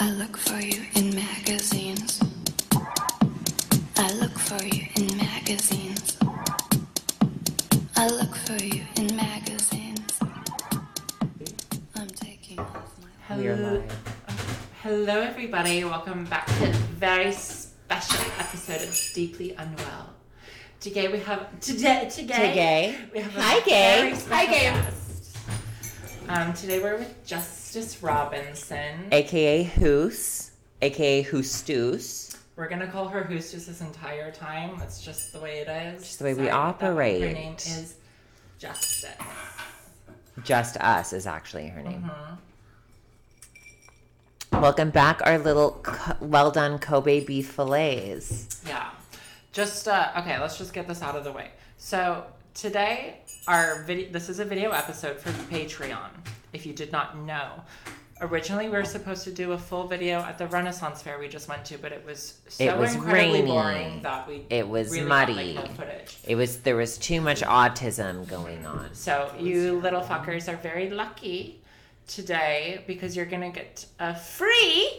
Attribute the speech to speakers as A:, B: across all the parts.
A: I look for you in magazines. I look for you in magazines. I look for you in magazines. I'm taking off my.
B: We are
C: Hello.
B: live.
C: Hello, everybody. Welcome back to a very special episode of Deeply Unwell. Today we have today today,
B: Today.
C: we have a
B: Hi, gay.
C: very
B: Hi,
C: special
B: gay.
C: guest. Um, today we're with Justice Robinson.
B: AKA Hoos, AKA Hoostus.
C: We're gonna call her Hoostus this entire time. That's just the way it is.
B: Just the way we
C: about that.
B: operate.
C: Her name is Justice.
B: Just Us is actually her name. Welcome back, our little co- well done Kobe beef fillets.
C: Yeah. Just uh, okay. Let's just get this out of the way. So today, our video. This is a video episode for Patreon. If you did not know, originally we were supposed to do a full video at the Renaissance Fair we just went to, but it was so
B: It was
C: incredibly
B: rainy.
C: boring that we
B: It was
C: really
B: muddy.
C: Got, like, no footage.
B: It was there was too much autism going on.
C: So you little fuckers are very lucky today because you're gonna get a free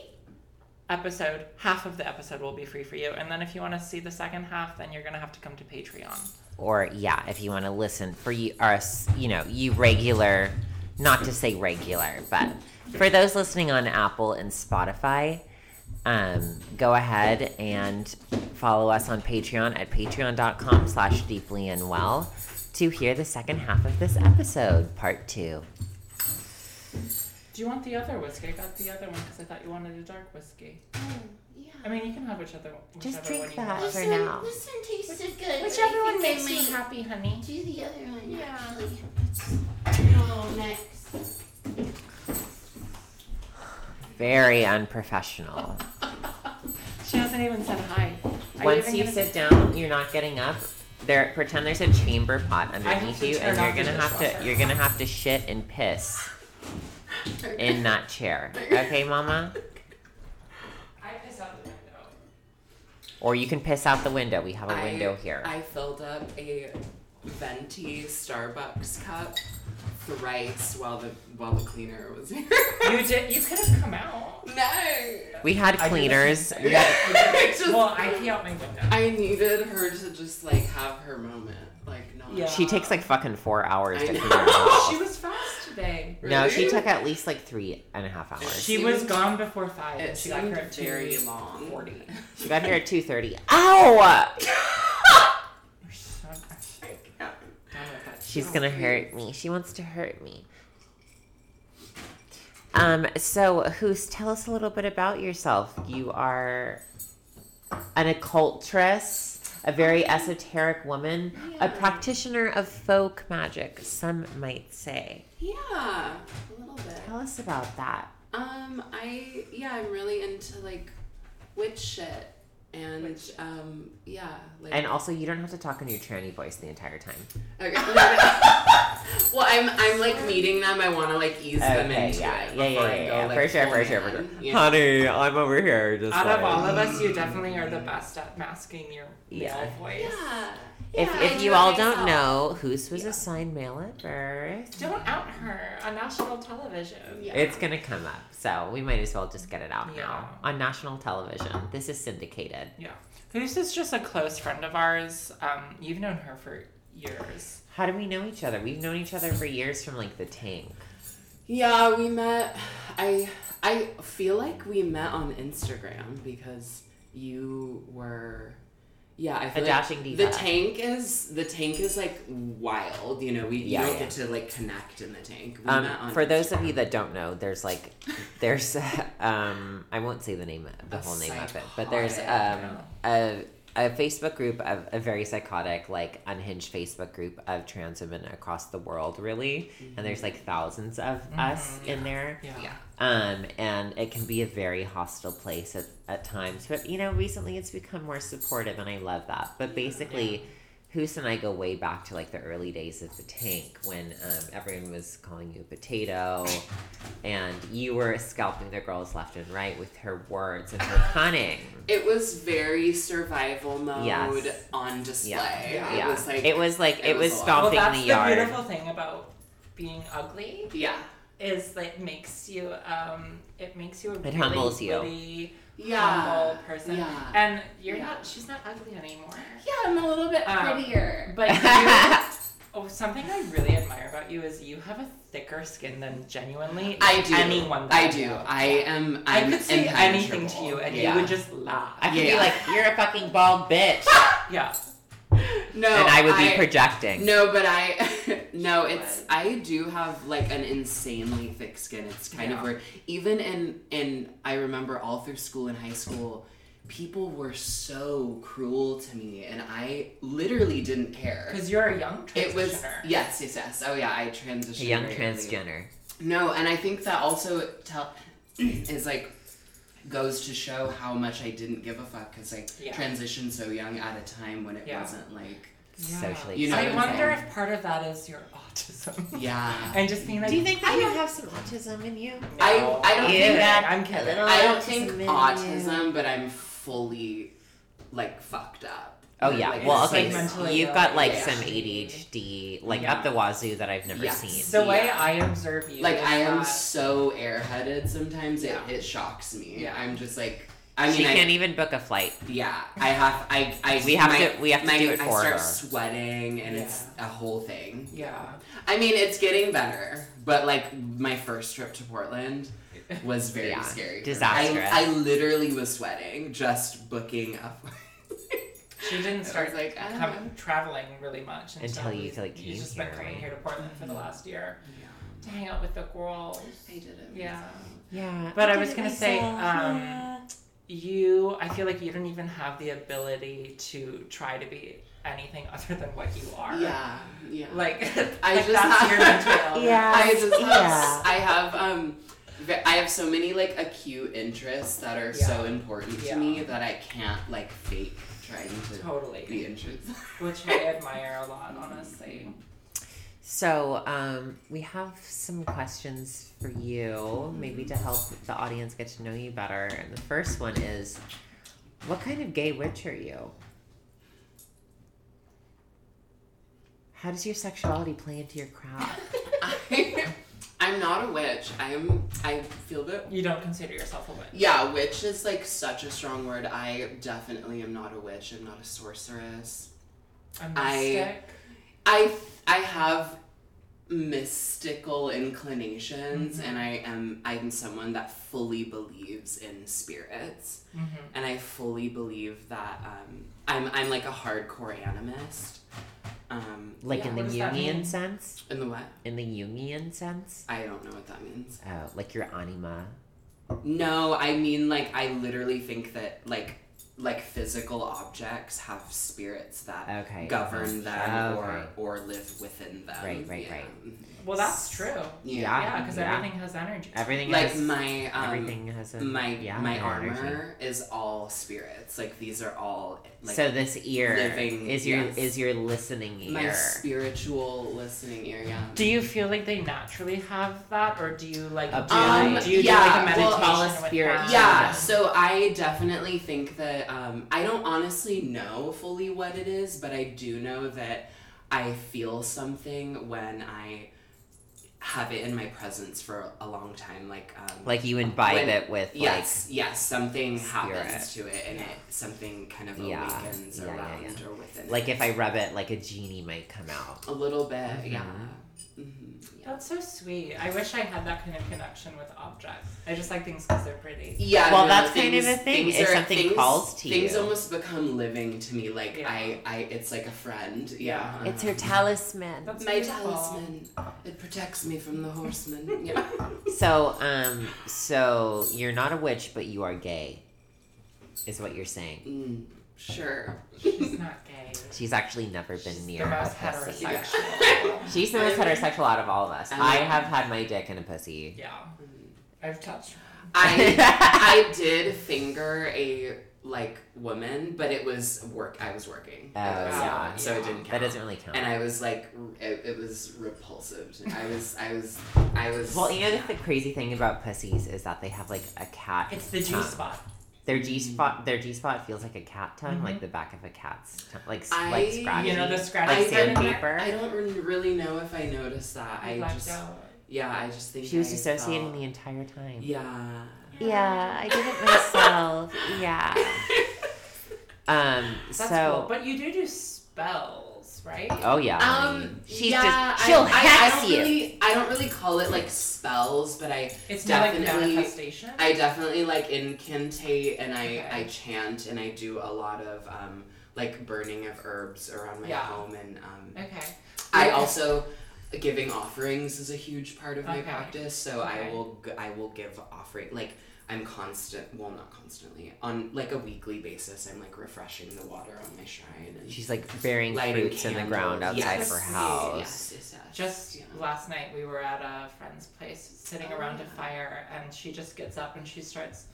C: episode. Half of the episode will be free for you, and then if you want to see the second half, then you're gonna have to come to Patreon.
B: Or yeah, if you want to listen for you us, you know, you regular, not to say regular, but for those listening on Apple and Spotify, um, go ahead and follow us on Patreon at patreon.com slash deeply and well to hear the second half of this episode, part two.
C: Do you want the other whiskey? I got the other one because I thought you wanted a dark whiskey.
D: Yeah.
C: I mean, you can have whichever, whichever
B: Just drink
C: one you
B: that.
C: want.
B: for
D: Listen,
B: now.
D: listen tasted good.
C: Whichever
D: I
C: one
D: think I
C: makes you
D: might
C: happy, honey.
D: Do the other one.
C: Yeah.
D: Actually. Oh, next.
B: Very unprofessional.
C: She hasn't even said hi. Are
B: Once
C: even
B: you
C: gonna-
B: sit down, you're not getting up. There, pretend there's a chamber pot underneath
C: to
B: you,
C: turn
B: and you're
C: off the
B: gonna have
C: dishwasher.
B: to you're gonna have to shit and piss in that chair. Okay, Mama?
C: I piss out the window.
B: Or you can piss out the window. We have a
E: I-
B: window here.
E: I filled up a venti Starbucks cup thrice while the while the cleaner was here.
C: You did. You could have come out.
E: no.
B: we had
C: I do the same
B: cleaners.
C: thing.
B: We had-
E: I just-
C: Well, I pee out my window.
E: I needed her to just like have her moment, like not.
C: Yeah.
B: she takes like fucking four hours
E: I
B: to clean
E: know.
B: her house.
C: She was fast today.
B: No, she
E: Really?
B: took at least like three and a half hours.
C: She was gone before five.
E: It
C: and she got
E: seemed
C: her at
E: very
C: two
E: long.
C: Forty.
B: She got here at two thirty. Ow!
C: You're so much. Done with that.
B: She's gonna hurt me. She wants to hurt me. Um, so Hoos, tell us a little bit about yourself. You are an occultress, a very esoteric woman, a
D: Yeah.
B: practitioner of folk magic, some might say.
E: Yeah, a little bit.
B: Tell us about that.
E: Um, I yeah, I'm really into like witch shit and um yeah, like
B: And also you don't have to talk in your tranny voice the entire time.
E: Okay. well, I'm I'm like meeting them. I want to like ease them
B: Okay,
E: into
B: yeah,
E: it
B: yeah,
E: before
B: yeah,
E: I
B: yeah,
E: go,
B: yeah,
E: like,
B: for sure,
E: full
B: for sure, for
E: man,
B: sure.
E: you know?
B: Honey, I'm over here. Just
C: Out of all of us, you definitely are the best at masking your
B: Yeah.
C: male voice.
E: Yeah.
B: if,
E: Yeah, I
B: if
E: do
B: you
E: it
B: all
E: myself.
B: don't know, Hoos was assigned male at birth.
C: Don't out her on national television.
E: Yeah.
B: It's gonna come up, so we might as well just get it out
C: Yeah.
B: now on national television. This is syndicated.
C: Yeah. Who's is just a close friend of ours. Um, you've known her for years.
B: How do we know each other? We've known each other for years from like the tank.
E: Yeah, we met. I I feel like we met on Instagram because you were. Yeah, I feel
B: A
E: like
B: dashing diva.
E: The tank is the tank is like wild. You know, we
B: Yeah,
E: you don't
B: yeah.
E: get to like connect in the tank. We
B: Um,
E: met on
B: for those of
E: Instagram.
B: you that don't know, there's like, there's, um, I won't say the name, the
E: A
B: whole name of it, but there's um,
C: psychotic.
B: a a Facebook group of a very psychotic, like unhinged Facebook group of trans women across the world, really, and there's like thousands of us in there.
C: Yeah.
E: Mm-hmm. Yeah.
B: um, and it can be a very hostile place at, at times. But you know, recently it's become more supportive, and I love that. But basically, Hoos and I go way back to like the early days of the tank when um, everyone was calling you a potato, and you were scalping the girls left and right with her words and her cunning.
E: It was very survival mode
B: Yes.
E: on display.
B: Yeah,
E: It
B: yeah.
E: was like
B: it was like it
E: it
B: was
E: was a lot.
C: Well,
B: stomping
C: Oh, that's
B: the
C: the,
B: yard.
C: beautiful thing about being ugly
E: yeah.
C: is that it makes you um it makes you a really
B: humbles you.
C: witty,
E: Yeah.
C: humble person.
E: Yeah.
C: And you're
E: Yeah.
C: not she's not ugly anymore.
E: Yeah, I'm a little bit
C: Um,
D: Prettier.
C: But you, oh, something I really admire about you is you have a thicker skin than genuinely
E: I do.
C: anyone. That
E: I
C: know.
E: do. I am.
C: I
E: I'm
C: could say anything to
E: impenetrable.
C: you, and
E: Yeah.
C: you would just laugh.
B: I could be
E: Yeah.
B: like, "You're a fucking bald bitch,"
C: yeah.
E: No,
B: and I would be projecting.
E: No, but I no, it's I do have like an insanely thick skin. It's kind
C: Yeah.
E: of weird. Even in in I remember all through school and high school, people were so cruel to me and I literally didn't care.
C: Because you're a young
E: It was
C: transitioner.
E: yes, yes, yes. Oh yeah, I transitioned.
B: A young
E: very early.
B: transgender.
E: No, and I think that also tell is like goes to show how much I didn't give a fuck because I
C: Yeah.
E: transitioned so young at a time when it
C: Yeah.
E: wasn't like
C: Yeah.
B: Socially
E: You
C: I
E: know what
B: acceptable.
E: I'm
C: wonder if part of that is your autism.
E: yeah.
C: and just being like,
B: Do you think that
E: I
B: you
E: don't-
B: have some autism in you?
C: No,
E: I- I don't
C: I'm
E: think
C: kidding,
B: that-
C: I'm kidding.
B: a little-
E: I don't
B: Autism
E: think
B: in you.
E: autism, but I'm fully like fucked up.
B: Oh yeah.
E: Like,
B: well,
E: it's,
B: okay.
E: like,
C: Like mentally
B: you've
C: ill,
B: got like
E: yeah.
B: some ADHD, like
E: Yeah.
B: up the wazoo that I've never
E: Yeah.
B: seen.
C: The way
E: Yeah.
C: I observe you,
E: like
C: is
E: I am
C: that-
E: so airheaded sometimes.
C: Yeah.
E: It, it shocks me.
C: Yeah.
E: I'm just like I mean
B: she
E: I,
B: can't even book a flight.
E: yeah. I have I I
B: We have
E: my-
B: to. We have to
E: my-
B: do it
E: I
B: for
E: start
B: her.
E: sweating and it's
C: Yeah.
E: a whole thing.
C: yeah.
E: I mean, it's getting better, but like my first trip to Portland was very
B: Yeah,
E: scary. for me.
B: disastrous.
E: I, I literally was sweating just booking a
C: She didn't start
E: was like, "Oh." I don't
C: come, traveling really much until,
B: Until you,
C: we-
B: like,
C: She's
B: came
C: just
B: here,
C: been coming
B: right?
C: here to Portland
E: Mm-hmm.
C: for the last year to hang out with the girls.
E: I did it.
C: Yeah.
B: Yeah.
C: But I was gonna say, um, you. I feel like you don't even have the ability to try to be anything other than what you are.
E: Yeah. Yeah.
C: Like,
E: I
C: like
E: just
C: that's
E: have-
C: your mentality.
B: Yeah.
E: I just have,
B: Yeah.
E: I have um ve- I have so many like acute interests that are so important to
C: Yeah.
E: me that I can't like fake trying to
C: Totally.
E: be interested.
C: Which I admire a lot, honestly.
B: So um, we have some questions for you, maybe to help the audience get to know you better. And the first one is, what kind of gay witch are you? How does your sexuality play into your craft?
E: I, I'm not a witch. I'm I feel that
C: You don't consider yourself a witch.
E: yeah, witch is like such a strong word. I definitely am not a witch. I'm not a sorceress.
C: A
E: I-
C: mystic.
E: I I have mystical inclinations
C: Mm-hmm.
E: and I am I'm someone that fully believes in spirits
C: Mm-hmm.
E: and I fully believe that um I'm I'm like a hardcore animist. Um
B: Like
E: yeah.
B: in
C: what
B: the
C: does that mean?
B: Jungian sense?
E: in the what?
B: In the Jungian sense?
E: I don't know what that means.
B: Oh, like your anima.
E: No, I mean like I literally think that like like physical objects have spirits that
B: Okay.
E: govern them
B: Oh, Okay.
E: or or live within them.
B: Right, right,
E: yeah.
B: right.
C: Well, that's true.
E: Yeah.
B: Yeah.
C: Yeah, because
B: yeah.
C: everything has energy.
B: Everything
E: like
B: has
E: my um,
B: everything has a
E: my
B: yeah,
E: my
B: an
E: armor
B: energy.
E: is all spirits. Like these are all like
B: so this ear
E: living-
B: is your
E: yes.
B: is your listening ear.
E: my spiritual listening ear. Yeah.
C: Do you feel like they naturally have that, or do you like
B: A
C: do, you-
E: blind-
C: do you
E: Um, yeah,
C: do like a
E: well,
C: meditation
B: all
C: with
B: spirit-
C: that?
E: yeah, so I definitely think that um, I don't honestly know fully what it is, but I do know that I feel something when I have it in my presence for a long time. Like um,
B: like you imbibe
E: When-
B: it with
E: yes, yes, something happens to
B: spirit.
E: it, and it something kind of
B: Yeah,
E: awakens
B: yeah, yeah,
E: around
B: yeah.
E: or within.
B: like like if I rub it like a genie might come out.
E: A little bit, yeah.
C: Mm-hmm.
E: Mhm, yeah.
C: That's so sweet. I wish I had that kind of connection with objects. I just like things because they're pretty.
E: Yeah.
B: Well,
E: no,
B: that's kind of the thing,
E: things
B: if something
E: things,
B: calls to
E: things
B: you.
E: almost become living to me. Like
C: Yeah.
E: I, I, it's like a friend. Yeah.
C: Yeah.
B: It's her talisman.
C: That's
E: my
C: beautiful.
E: talisman. It protects me from the horseman. Yeah.
B: So um so you're not a witch but you are gay is what you're saying.
E: Mm, sure.
C: She's not gay.
B: She's actually never been
C: She's
B: near
C: the
B: a
C: most
B: pussy.
C: heterosexual.
B: She's the most heterosexual out of all of us.
E: I'm-
B: I have had my dick in a pussy.
E: Mm.
C: yeah, I've touched.
E: I, I did finger a like woman, but it was work. I was working.
B: Oh,
E: at the
B: yeah.
E: salon, so it didn't count.
B: That doesn't really count.
E: and I was like, r- it, it was repulsive. to- I was, I was, I was.
B: well, you know the, the crazy thing about pussies is that they have like a cat.
C: It's the G
B: tongue.
C: spot.
B: Their G spot. Their G spot feels like a cat tongue, like
C: Mhm.
B: the back of a cat's tongue, like s-
E: I-
B: like scratchy.
C: You know the
B: like
C: scratchy
E: I didn't-
B: sandpaper.
E: I don't re- really know if I noticed that. I
C: Blacked
E: just,
C: out.
E: yeah, I just think
B: she was
E: I
B: dissociating
E: felt-
B: the entire time.
E: Yeah.
B: Yeah, I did it myself. yeah. Um.
C: That's
B: so.
C: cool. But you do do spells, right?
B: Oh yeah. I
E: Um.
B: mean, she's
E: yeah,
B: just she'll
E: I,
B: hex
E: I, I don't
B: you.
E: Really, I don't really call it like spells, but I
C: It's more like
E: Definitely.
C: manifestation.
E: I definitely like incantate and I,
C: Okay.
E: I chant and I do a lot of um, like burning of herbs around my
C: Yeah.
E: home and um,
C: okay.
E: I
C: Yeah.
E: also giving offerings is a huge part of my
C: Okay.
E: practice. So
C: Okay.
E: I will g- I will give offering like I'm constant well not constantly on like a weekly basis. I'm like refreshing the water on my shrine and
B: She's like burying
E: lighting
B: fruits in the ground
E: candles.
B: outside
E: Yes.
B: of her
C: Yes,
B: house.
E: Yes, yes, yes,
C: Just
E: yeah.
C: last night we were at a friend's place sitting
E: Oh,
C: around a
E: yeah.
C: fire and she just gets up and she starts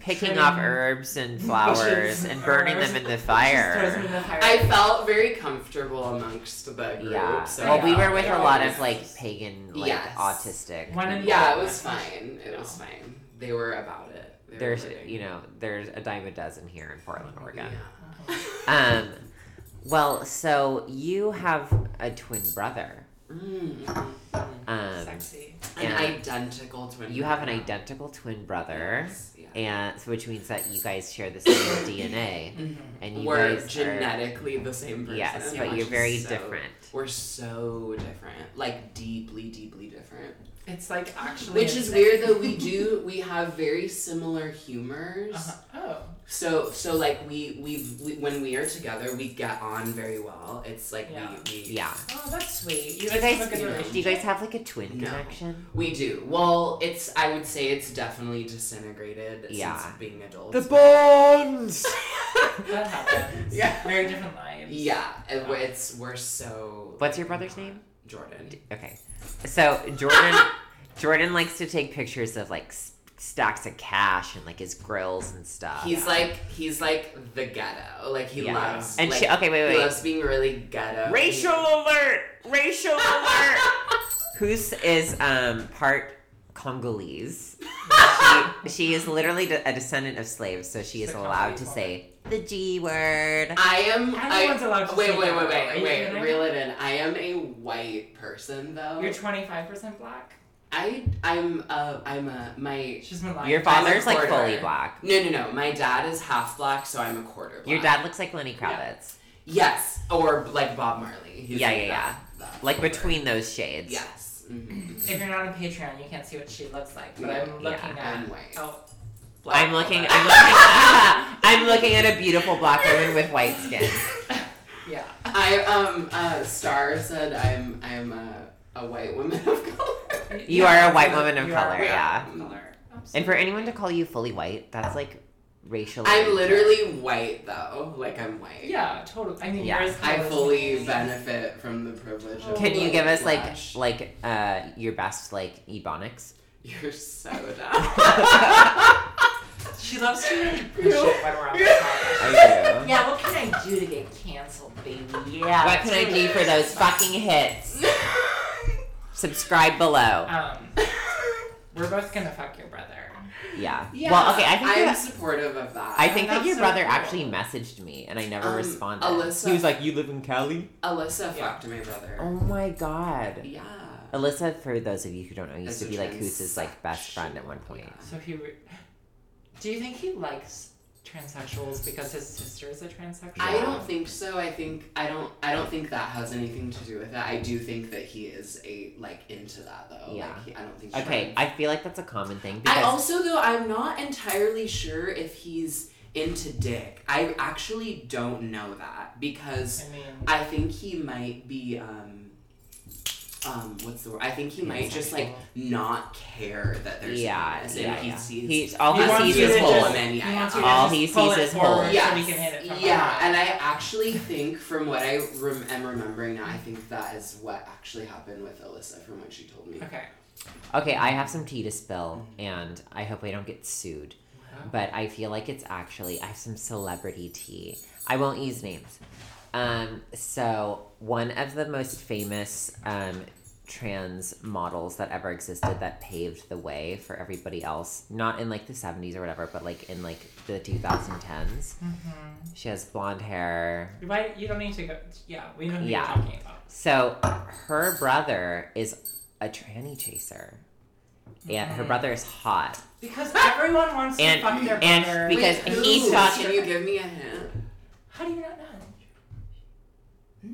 B: Picking
C: Trimming
B: off herbs and flowers
C: bushes
B: and
C: and
B: burning
C: herbs.
B: them in the
C: she just throws them
B: fire.
C: in the fire.
E: I felt very comfortable amongst the group.
B: Yeah.
E: So
B: Well, we
E: yeah.
B: were with a lot of
C: Yes.
B: like pagan, like
E: Yes.
B: autistic.
C: One in-
B: people.
E: Yeah, it was fine. It was
C: Yeah.
E: fine. They were about it. They were
B: There's,
E: living.
B: you know, there's a dime a dozen here in Portland, Oregon.
E: Yeah.
B: Um, well, so you have a twin brother.
E: Mm, mm, mm.
B: Um,
C: Sexy.
E: An
B: Yeah.
E: identical twin.
B: you have an
E: brother.
B: identical twin brother,
E: Yes, yeah.
B: and so which means that you guys share the same DNA,
E: Mm-hmm.
B: and you
E: we're
B: guys are,
E: genetically the same person.
B: yes,
C: Yeah,
B: but
E: which
B: you're
E: is
B: very
E: so-
B: different.
E: We're so different, like deeply, deeply different.
C: It's like actually
E: Which is
C: insane.
E: weird though. We do we have very similar humors.
C: Uh-huh. Oh.
E: So so like we we've we, when we are together we get on very well. It's like
C: Yeah.
E: we, we
B: Yeah.
C: Oh, that's sweet. You
B: Do you
C: guys,
B: guys
C: have a good
E: know,
C: relationship.
B: do you guys have like a twin
E: No.
B: connection?
E: we do. Well, it's I would say it's definitely disintegrated
B: Yeah.
E: since being adults.
B: bonds.
C: That happens.
E: Yeah.
C: Very different lives.
E: Yeah, it- it's we're so.
B: What's your brother's name? Uh,
E: Jordan.
B: Okay, so Jordan, Jordan likes to take pictures of like s- stacks of cash and like his grills and stuff.
E: He's like he's like the ghetto. Like he
B: Yeah.
E: loves
B: and
E: like,
B: she okay wait
E: he
B: wait wait
E: loves being really ghetto.
B: racial alert racial alert. Who's is um part Congolese? she, she is literally de- a descendant of slaves, so she
C: She's
B: is
C: a
B: allowed to
C: Congolese
B: say the G word.
E: I am.
C: Everyone's
E: I,
C: allowed to
E: wait,
C: say
E: wait,
C: that,
E: wait,
C: though. Are
E: wait,
C: you
E: wait,
C: kidding?
E: Reel it in. I am a white person though.
C: You're 25% black.
E: I I'm a I'm a my.
C: She's been lying.
B: Your father's like
E: quarter.
B: fully black.
E: No, no, no. My dad is half black, so I'm a quarter. Black.
B: Your dad looks like Lenny Kravitz.
E: Yes, or like Bob Marley. He's
B: Yeah,
E: like
B: yeah,
E: that- that
B: Like
E: color.
B: between those shades.
E: Yes. mhm.
C: If you're not on Patreon, you can't see what she looks like, but I'm
E: Yeah,
C: looking at.
E: I'm white.
C: Oh,
B: I'm looking. I'm looking. I'm looking at a beautiful black woman with white skin.
C: Yeah.
E: I um uh Star said I'm I'm a, a white woman of color.
B: You are a white woman of
C: You are a
B: color,
C: white
B: yeah.
C: woman of color.
B: And for anyone to call you fully white, that's like racial.
E: I'm literally white though. Like I'm white.
C: Yeah, totally. I mean,
B: Yeah.
C: yours
E: I
C: colors
E: fully
C: me.
E: benefit from the privilege of
B: Can you give us like
E: whiplash.
B: like uh your best like ebonics?
E: You're so dumb.
C: She loves to really preach it when we're on the podcast.
B: I do.
C: Yeah, what can I do to get canceled, baby? Yeah.
B: What can I do for those fucking hits? Subscribe below.
C: Um, we're both gonna fuck your brother.
B: Yeah. Well, okay. I think
E: am
B: that-
E: supportive of that.
B: I think that
C: That's
B: your
C: so
B: brother
C: cool.
B: actually messaged me and I never
E: Um,
B: responded.
E: Alyssa-
B: He was like, "You live in Cali?"
E: Alyssa
C: Yeah.
E: fucked my brother.
B: Oh my god.
E: Yeah.
B: Alyssa, for those of you who don't know, used
E: As
B: to
E: a
B: be like
E: trans-
B: Hoose's like best friend at one point.
E: Yeah.
C: So he. Re- do you think he likes transsexuals because his sister is a transsexual?
E: I don't think so. I think I don't. I don't think that has anything to do with it. I do think that he is a like into that though.
B: Yeah.
E: Like, he, I don't think.
B: Okay,
E: trans-
B: I feel like that's a common thing
E: I
B: because
E: also though I'm not entirely sure if he's into dick. I actually don't know that because
C: I mean,
E: I think he might be um um what's the word? I think he might just like not care that there's
B: yeah,
E: penis and
B: yeah,
E: he
B: yeah.
E: sees
B: He's all
C: He wants
B: he sees
C: you
B: is
C: to
B: whole.
C: just-
E: woman, yeah,
C: he
E: yeah.
C: wants you to
B: All
C: just
B: he
C: pull
B: sees
C: it
B: is
C: forward
B: holes.
C: so
E: Yes.
C: we can hit it. From
E: Yeah,
C: behind.
E: and I actually think from what I rem- am remembering now, I think that is what actually happened with Alyssa from what she told me.
C: Okay.
B: Okay, I have some tea to spill, and I hope I don't get sued. but I feel like it's actually I have some celebrity tea. I won't use names. Um, so one of the most famous um, trans models that ever existed that paved the way for everybody else, not in like the seventies or whatever, but like in like the two thousand tens. She has blonde hair.
C: Why you don't need to go? Yeah, we know who you're
B: Yeah.
C: talking about.
B: So her brother is a tranny chaser. And her brother is hot.
C: Because everyone wants to
B: And-
C: fuck their
B: and
C: brother.
B: because
E: Wait, who?
B: he thought-
E: Can you give me a hint?
C: How do you not know? Hmm?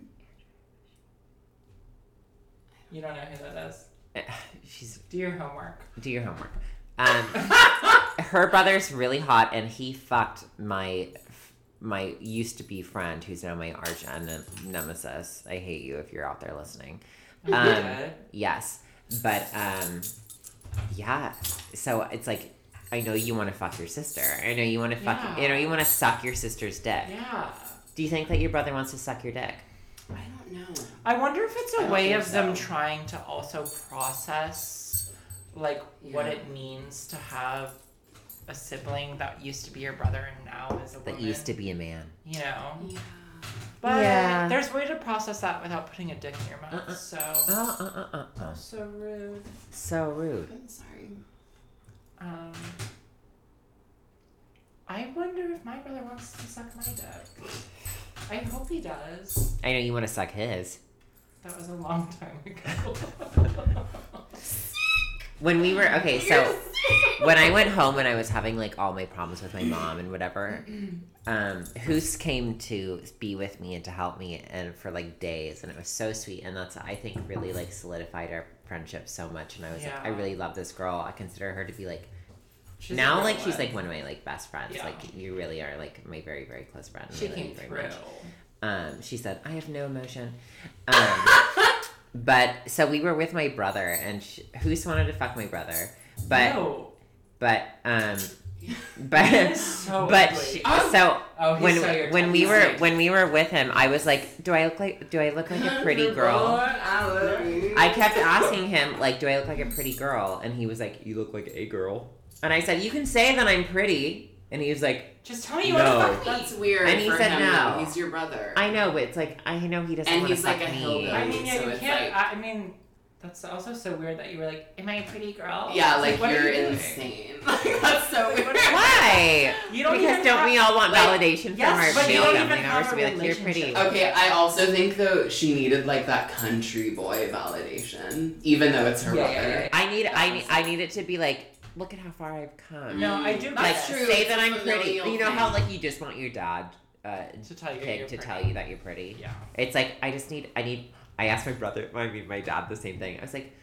C: You don't know who that is.
B: She's
C: Do your homework.
B: do your homework. Um, her brother's really hot, and he fucked my my used to be friend, who's now my arch en- nemesis. I hate you if you're out there listening. Um,
C: Okay.
B: yes, but um, yeah. So it's like I know you want to fuck your sister. I know you want to fuck.
C: Yeah.
B: You know you want to suck your sister's dick.
C: yeah.
B: Do you think that your brother wants to suck your dick?
E: I don't know.
C: I wonder if it's
E: I
C: a
E: don't
C: way
E: think
C: of them
E: so.
C: trying to also process like what
E: Yeah.
C: it means to have a sibling that used to be your brother and now is a
B: That
C: woman.
B: used to be a man.
C: you know.
E: Yeah.
C: But
B: Yeah.
C: there's way to process that without putting a dick in your mouth.
B: Uh-uh.
C: So
B: Oh, uh, uh, uh, uh.
C: so rude.
B: So rude.
E: I'm sorry.
C: Um, I wonder if my brother wants to suck my dick. I hope he does.
B: I know you want to suck his.
C: That was a long time ago.
B: When we were okay, so when I went home and I was having like all my problems with my mom and whatever, um, Hoos came to be with me and to help me and for like days and it was so sweet and that's I think really like solidified our friendship so much and I was like, I
C: Yeah.
B: really love this girl. I consider her to be like
C: She's
B: now
C: a
B: like
C: real
B: she's
C: one.
B: like one of my like best friends.
C: Yeah.
B: Like you really are like my very, very close friend. and
C: she
B: I love
C: came
B: you very
C: through.
B: much. um, she said, I have no emotion. Um, but so we were with my brother, and sh who's wanted to fuck my brother? But
C: no,
B: but um,
C: he is
B: but
C: so
B: but
C: ugly.
B: she,
C: oh,
B: so
C: oh, he's
B: when
C: so your
B: when
C: type.
B: we
C: He's
B: were
C: like,
B: when we were with him, I was like, do I look like do I look like a pretty
E: Lord,
B: girl?
E: I love you.
B: I kept asking him like, do I look like a pretty girl? And he was like, you look like a girl. And I said, you can say that I'm pretty. And he was like,
C: just tell me you
B: No.
C: want to fuck me.
E: That's weird.
B: And he
E: for
B: said
E: him,
B: no.
E: though. He's your brother.
B: I know, but it's like I know he doesn't
E: And
B: want to
E: he's
B: fuck
E: like a
B: me.
E: hillbilly.
C: I mean, yeah,
E: So
C: you
E: it's
C: can't.
E: like-
C: I, I mean, that's also so weird that you were like, "Am I a pretty girl?"
E: Yeah,
C: It's
E: like,
C: what are
E: you're
C: you doing?
E: insane. Like, that's so
C: Like,
E: weird.
C: what are you-
B: Why?
C: You don't
B: because
C: even
B: don't
C: have-
B: we all want
E: like,
B: validation
C: yes,
B: from
C: but
B: our
C: you
B: male
C: don't
B: family
C: even
B: members
C: have
B: to
C: a
B: be like, you're pretty?
C: relationship.
E: Okay, I also think though she needed like that country boy validation, even though it's her
C: Yeah,
E: brother.
C: yeah, yeah.
B: I need, I need, I need it to be like, look at how far I've come.
C: No, I do.
B: like
E: that's
C: get it.
E: true.
B: say
E: It's
B: that
E: a
B: I'm pretty.
E: familial
B: You know how
E: thing.
B: like you just want your dad, uh,
C: to tell you
B: kid
C: you're
B: to
C: pretty.
B: tell you that you're pretty.
C: Yeah.
B: It's like I just need, I need. I asked my brother, I mean my dad, the same thing. I was like,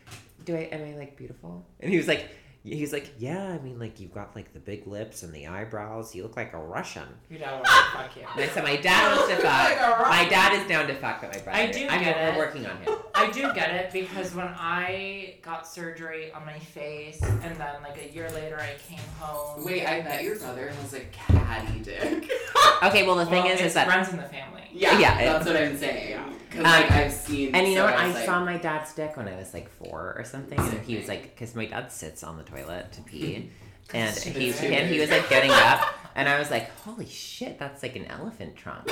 B: do I am I like beautiful? And he was like, he was like, yeah. I mean like you've got like the big lips and the eyebrows. You look like a Russian.
C: Your dad wants to fuck you.
B: And I said my dad wants to
E: Like
B: fuck.
E: a rock.
B: My dad is down to fuck, but my brother.
C: I do
B: I'm
C: get
B: we're
C: it.
B: working on him.
C: I do get it because when I got surgery on my face, and then like a year later, I came home.
E: Wait, I bet your brother has a catty dick.
B: Okay, well the thing
C: Well,
B: is,
C: it
B: is that
C: runs in the family.
E: yeah,
B: Yeah, it-
E: that's what I'm saying. Because
B: Um,
E: like I've seen.
B: And you know
E: so
B: what? I
E: was like,
B: saw my dad's dick when I was like four or something, and he was like, because my dad sits on the toilet to pee, and he
E: That's too
B: and he was like getting up, and I was like, holy shit, that's like an elephant trunk.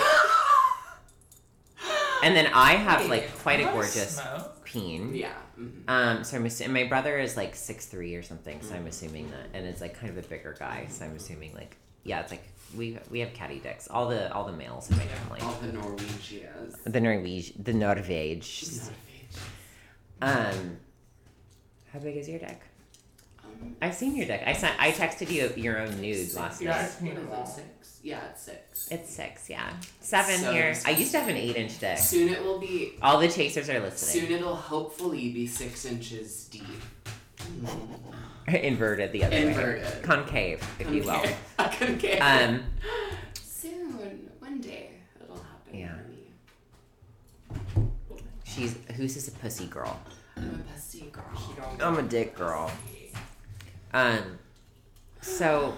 B: And then I have like quite a
C: Wanna
B: gorgeous
C: smoke?
B: peen.
E: Yeah. mhm.
B: Um, so I'm assuming my brother is like six three or something, so I'm
E: Mm.
B: assuming that, and it's like kind of a bigger guy, so I'm assuming like, yeah, it's like we we have catty dicks, all the all the males in my family,
E: All the Norwegians.
B: the Norwegian, the Norvege. Um, how big is your dick?
E: Um,
B: I've seen your dick. I sent. I texted you your own nude last
C: Yeah.
B: night.
E: six. What is it, six? Yeah, it's six.
B: It's six, yeah, seven
E: So
B: here. I used to have an eight-inch dick.
E: Soon it will be.
B: All the chasers are
E: Soon
B: listening.
E: it'll hopefully be six inches deep. Mm.
B: Inverted the other way,
E: Inverted.
B: concave, if you will.
E: Okay. Okay.
B: Um,
E: Soon, one day, it'll happen
B: Yeah.
E: for me.
B: she's who's is a pussy girl.
E: I'm a bestie girl.
B: I'm a dick girl. Um, so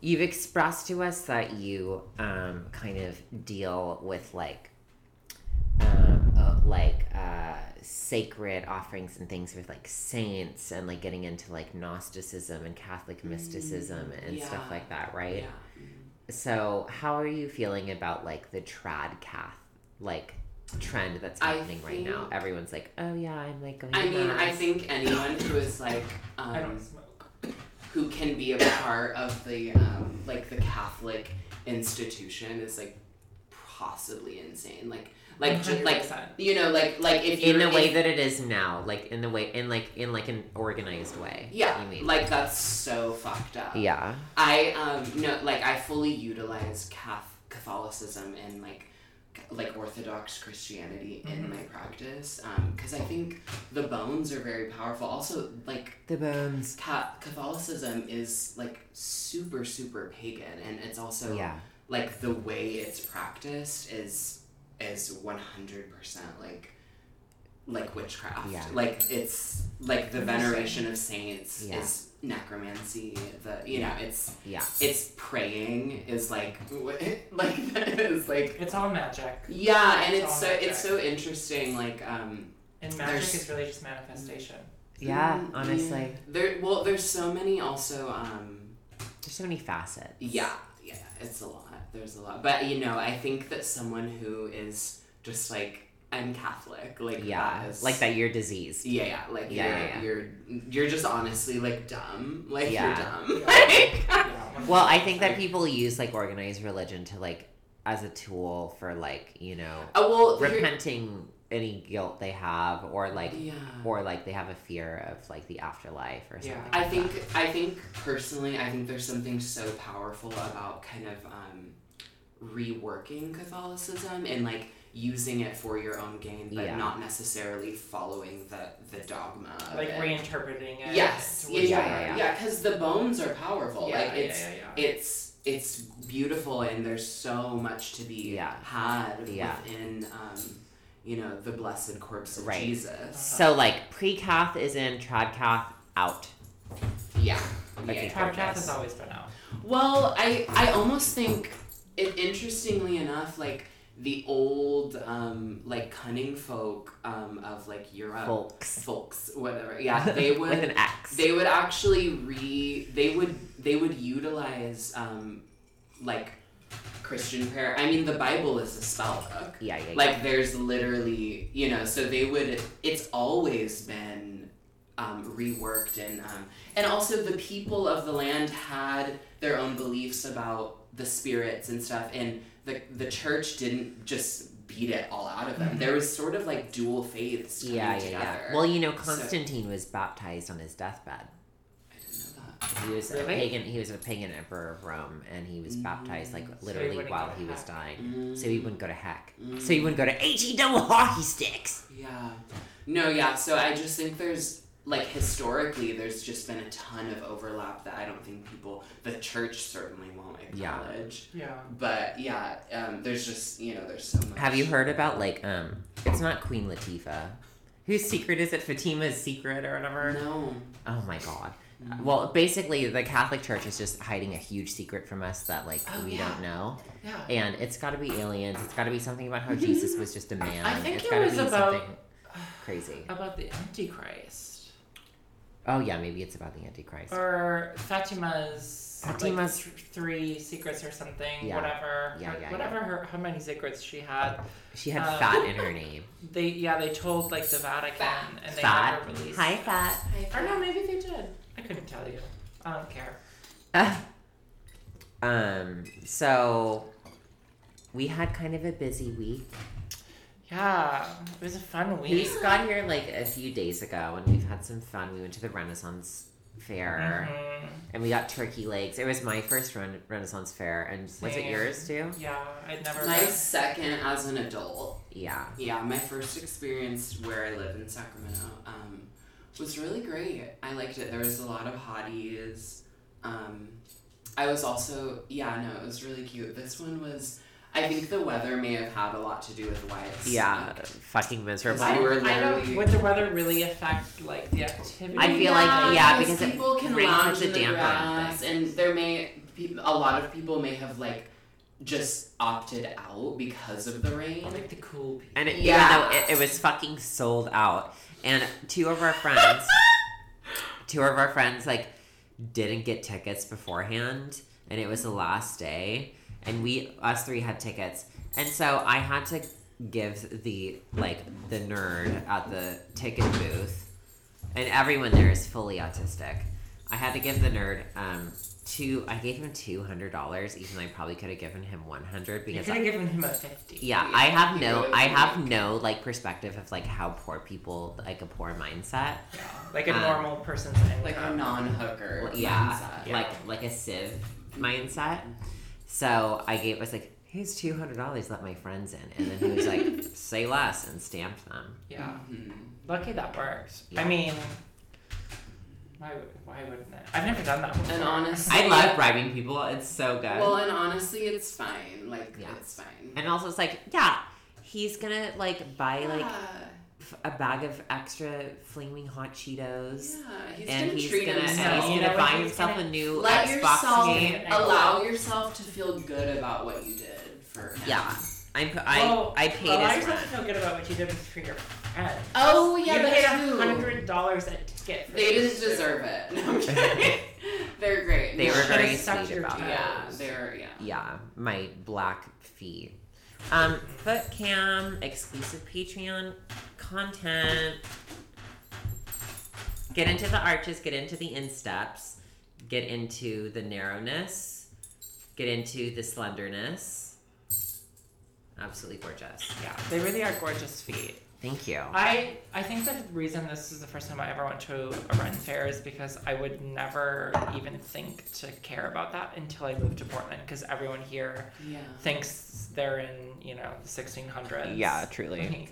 B: you've expressed to us that you um, kind of deal with like um, uh, like uh, sacred offerings and things with like saints and like getting into like Gnosticism and Catholic mysticism and stuff
E: yeah.
B: like that, right?
E: Yeah.
B: So, how are you feeling about like the trad cath like trend that's
E: I
B: happening right now?
E: think-
B: Everyone's like, oh yeah, I'm like going.
E: I
B: to
E: mean, I
B: mass."
E: think anyone who is like, um,
C: I don't smoke.
E: who can be a part of the um, like the Catholic institution is like possibly insane. Like like ju- like
C: 100%.
E: you know like like if
B: in
E: you're-
B: the way
E: if-
B: that it is now, like in the way in like in like an organized way.
E: yeah
B: you mean?
E: like that's so fucked up.
B: yeah,
E: I um no like I fully utilized Cath- Catholicism and like c- like Orthodox Christianity
B: Mm-hmm.
E: in my practice because I think the bones are very powerful. Also like
B: the bones.
E: Ca- Catholicism is like super super pagan and it's also
B: Yeah,
E: like the way it's practiced is is 100% like like witchcraft
B: Yeah.
E: like it's like the veneration of saints
B: Yeah.
E: is necromancy the you know it's
B: yeah.
E: it's praying is like like is like
C: It's all magic.
E: yeah and
C: It's
E: it's
C: all
E: so
C: magic.
E: it's so interesting like um
C: And magic
E: There's-
C: is really just manifestation.
B: Yeah,
E: mm,
B: honestly.
E: yeah. there well there's so many also um
B: There's so many facets.
E: Yeah, yeah, it's a lot. There's a lot. But, you know, I think that someone who is just like, I'm Catholic, like,
B: Yeah.
E: that is,
B: Like that you're diseased.
E: Yeah, yeah, like
B: Yeah, yeah, yeah.
E: you're, you're you're just honestly like dumb, like
B: Yeah.
E: you're dumb. Like,
C: Yeah,
B: Well, I think that people use like organized religion to like as a tool for like, you know,
E: oh well, you're-
B: repenting any guilt they have or like
E: yeah.
B: or like they have a fear of like the afterlife or something.
C: Yeah.
E: I
B: like
E: think I think personally, I think there's something so powerful about kind of um, reworking Catholicism and like using it for your own gain, but
B: Yeah.
E: not necessarily following the the dogma. of
C: like
E: it.
C: reinterpreting it.
E: Yes.
C: to
E: Yeah,
C: which-
B: yeah,
E: yeah, yeah. Because the bones are powerful.
C: Yeah,
E: like
C: yeah,
E: it's
C: yeah, yeah.
E: it's it's beautiful, and there's so much to be
B: Yeah.
E: had
B: Yeah.
E: within, um, you know, the blessed corpse of
B: Right.
E: Jesus.
B: so like pre cath is in, trad cath out.
E: Yeah.
B: Okay.
E: yeah.
C: Trap Cat has always been out.
E: Well, I I almost think, it, interestingly enough, like the old um like cunning folk um of like Europe
B: Folks.
E: folks whatever yeah they would
B: with an X.
E: they would actually re they would they would utilize um like christian prayer i mean the bible is a spell book
B: yeah, yeah, yeah.
E: like there's literally you know so they would it's always been um, reworked and um, and also the people of the land had their own beliefs about the spirits and stuff and the the church didn't just beat it all out of them there was sort of like dual faiths coming
B: Mm-hmm. yeah, yeah,
E: together
B: yeah. Well, you know, Constantine was baptized on his deathbed.
E: I didn't know that.
B: He was a
C: Really?
B: pagan. He was a pagan emperor of Rome, and he was baptized like literally
C: wouldn't
B: while
C: go to
B: he was
C: heck.
B: dying,
E: Mm.
B: so he wouldn't go to heck. So he wouldn't go to H E double hockey sticks.
E: Yeah. No, yeah. So I just think there's like historically there's just been a ton of overlap that I don't think people the church certainly won't
B: Yeah.
E: acknowledge.
C: Yeah.
E: But yeah, um, there's just you know there's so much.
B: Have you heard about like um? It's not Queen Latifah. Whose secret is it? Fatima's secret or whatever.
E: No.
B: Oh my god. Well, basically, the Catholic Church is just hiding a huge secret from us that like
E: Oh,
B: we
E: yeah.
B: don't know,
E: Yeah.
B: and it's got to be aliens. It's got to be something about how Jesus was just a man.
C: I think
B: It's
C: it
B: gotta
C: was
B: be
C: about-
B: something crazy.
C: About the Antichrist.
B: Oh yeah, maybe it's about the Antichrist.
C: Or Fatima's. like,
B: Fatima's-
C: th- three secrets or something,
B: Yeah.
C: whatever.
B: Yeah,
C: Her-
B: yeah,
C: whatever her, how many secrets she had.
B: She had
C: Um,
B: fat in her name.
C: They yeah, they told like the Vatican and they
B: fat.
C: never released.
B: Hi, fat.
C: Or no, maybe they did. I couldn't tell you. I don't care.
B: Um. So we had kind of a busy week.
C: Yeah, it was a fun
B: We
C: week.
B: just got here like a few days ago, and we've had some fun. We went to the Renaissance Fair,
C: Mhm.
B: and we got turkey legs. It was my first Ren- Renaissance Fair, and was it
C: Same.
B: yours too?
C: Yeah, I'd never.
E: My second as an adult.
B: Yeah.
E: Yeah, my first experience where I live in Sacramento um, was really great. I liked it. There was a lot of hotties. Um, I was also, yeah, no, it was really cute. This one was, I think the weather may have had a lot to do with why it's.
B: Yeah. Fucking miserable.
E: I-
B: I,
E: we were
C: I
E: literally-
C: don't. Would the weather really affect like the activity?
B: feel like yeah because
E: people
B: it
E: can
B: brings
E: lounge
B: the
E: in the
B: damper on
E: grass,
B: things.
E: and there may pe- a lot of people may have like just opted out because of the rain.
C: Like the cool people.
B: And it,
E: Yeah.
B: even though it, it was fucking sold out, and two of our friends, two of our friends, like didn't get tickets beforehand, and it was the last day, and we us three had tickets, and so I had to give the like the nerd at the ticket booth, and everyone there is fully autistic. I had to give the nerd um two. I gave him two hundred dollars, even though I probably could have given him one hundred
C: You're
B: because I,
C: gonna give him a fifty.
B: yeah,
E: Yeah,
B: I have
E: you
B: no,
E: really
B: I have
E: like-
B: no like perspective of like how poor people like a poor mindset,
C: Like a
B: Um,
C: normal person's income.
E: Like a non hooker.
B: yeah,
E: Mindset.
B: like like a sieve mindset. So I gave I was like, here's two hundred dollars, let my friends in, and then he was like, say less and stamped them.
C: yeah.
E: Mhm.
C: Lucky that works.
B: Yeah.
C: I mean, why would why wouldn't it? I've never done that. Before.
E: And honestly,
B: I love bribing people; it's so good.
E: Well, and honestly, it's fine. Like
B: Yeah.
E: it's fine.
B: and also, it's like, yeah, he's gonna like buy like
E: yeah,
B: f- a bag of extra flaming hot Cheetos.
E: yeah, he's
B: And
E: gonna
B: he's
E: treat
B: gonna, and he's
E: himself.
C: You know
B: gonna
C: what
B: buy
C: he's
B: himself
C: gonna-
B: a new
E: Let
B: Xbox
E: yourself
B: game.
E: allow yourself to feel good about what you did for him.
B: Yeah, I'm. I
C: Well,
B: I paid
C: well, I
B: his
C: just
B: rent.
C: have to feel good about what you did for your friend.
E: Oh yeah,
C: you paid
E: that's
C: a
E: true.
C: hundred dollars a ticket. For
E: They
C: this
E: just deserve it. No, I'm kidding. They're great.
B: They were
C: Should've
B: very
C: sucked
B: sweet
C: your
B: about
C: teeth.
B: it.
E: Yeah, they're yeah.
B: Yeah, my black fee. Um, foot cam exclusive Patreon content. Get into the arches. Get into the insteps. Get into the narrowness. Get into the slenderness. Absolutely gorgeous.
C: Yeah, they really are gorgeous feet.
B: Thank you.
C: I I think the reason this is the first time I ever went to a run fair is because I would never even think to care about that until I moved to Portland because everyone here
E: Yeah.
C: thinks they're in you know the 1600s.
B: truly.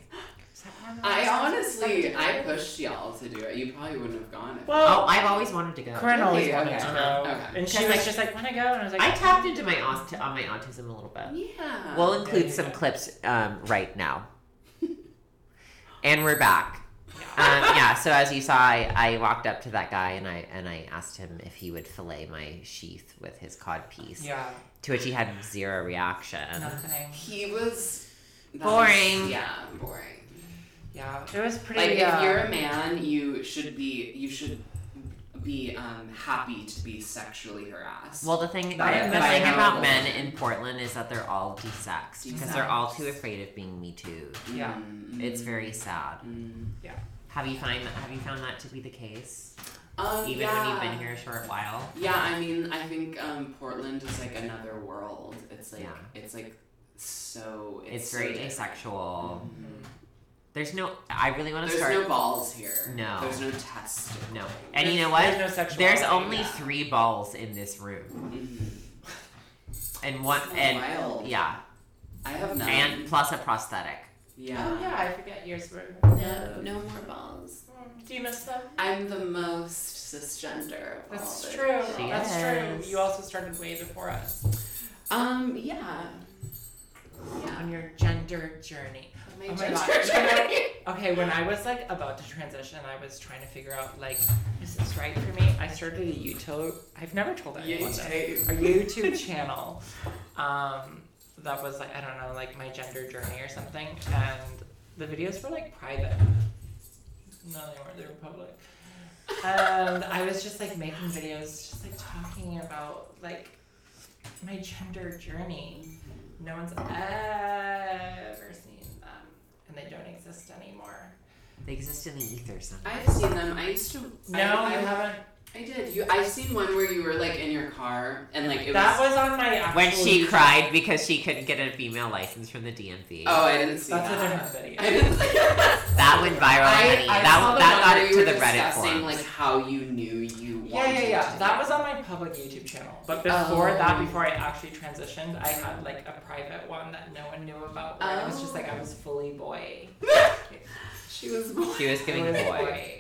C: Is that one of
E: I
C: those?
E: honestly, I pushed y'all to do it. You probably wouldn't have gone if.
B: Oh,
C: Well,
B: I've always wanted to go.
C: Corinne always
E: Okay,
C: wanted
E: okay,
C: to know,
E: okay.
C: and she
B: Because,
C: was
B: like,
C: just like, "When I go?" And I was like,
B: I tapped into my aut- on my autism a little bit.
E: yeah.
B: We'll
C: There
B: include
C: you
B: some
C: go.
B: clips um, right now. and we're back. Um, yeah, so as you saw, I, I walked up to that guy and I and I asked him if he would fillet my sheath with his cod piece.
C: "Yeah,
B: To which he had zero reaction.
C: nothing."
E: He was that
B: Boring.
E: was- yeah, boring.
C: Yeah, it was pretty.
E: Like
C: uh,
E: if you're a man, you should be you should be um, happy to be sexually harassed.
B: Well, the thing, the
C: Not
B: thing
C: at my
B: about
E: level.
B: men in Portland is that they're all desexed because they're all too afraid of being me too.
C: yeah.
E: Mm,
B: It's very sad.
E: mm.
B: Have you find have you found that to be the case?
E: Um,
B: Even
E: yeah.
B: when you've been here a short while.
E: Yeah, I mean, I think um, Portland is like another world. It's like
B: Yeah.
E: it's like so. It's,
B: It's,
E: so
B: very
E: different.
B: asexual.
E: Mhm.
B: There's no. I really want to
E: There's
B: start.
E: no balls here.
B: No.
E: There's no test.
B: No. And you know
C: There's-
B: what?
C: There's, no sexuality.
B: There's only
E: yeah.
B: three balls in this room,
E: Mm-hmm.
B: and one
E: Oh,
B: and
E: wild.
B: yeah,
E: I have none.
B: and plus a prosthetic.
E: yeah.
C: Oh yeah, I forget yours were.
D: No, no more balls.
C: Mm, Do you miss them?
E: I'm the most cisgender. Of
C: That's
E: all the-
C: true.
B: She
C: That's
B: is.
C: true. You also started way before us
E: Um. Yeah. Yeah.
C: on your gender journey.
E: My
C: Oh my
E: gender
C: God.
E: journey.
C: Okay, when I was like about to transition, I was trying to figure out like, is this right for me? I started a YouTube. I've never told anyone. this.
E: YouTube.
C: a YouTube channel um, that was like I don't know, like my gender journey or something, and the videos were like private. No, they weren't. They were public. And I was just like making videos, just like talking about like my gender journey. No one's ever seen them, and they don't exist anymore.
B: They exist in the ether somewhere.
E: I've seen them. I used to.
C: No,
E: I,
C: I,
E: I,
C: haven't.
E: I did. You. I've seen one where you were like in your car and like it
C: that
E: was.
C: was on my actual
B: When she
C: YouTube-
B: cried because she couldn't get a female license from the DMV.
E: Oh, I didn't see
C: That's a
E: that.
C: different video.
E: I didn't see that.
B: That went viral, honey.
E: I
B: that
E: saw the
B: that
E: one
B: got
E: where
B: it
E: you
B: to
E: were
B: the Reddit
E: discussing,
B: forums.
E: like how you knew you.
C: Yeah, yeah,
E: wanted
C: yeah.
E: to
C: That
E: do
C: was on my public YouTube channel. But before
E: Oh.
C: that, before I actually transitioned, I had like a private one that no one knew about. Where It was just
B: Oh.
C: like I was fully boy.
E: She was born.
B: she was giving
C: I was
B: boy.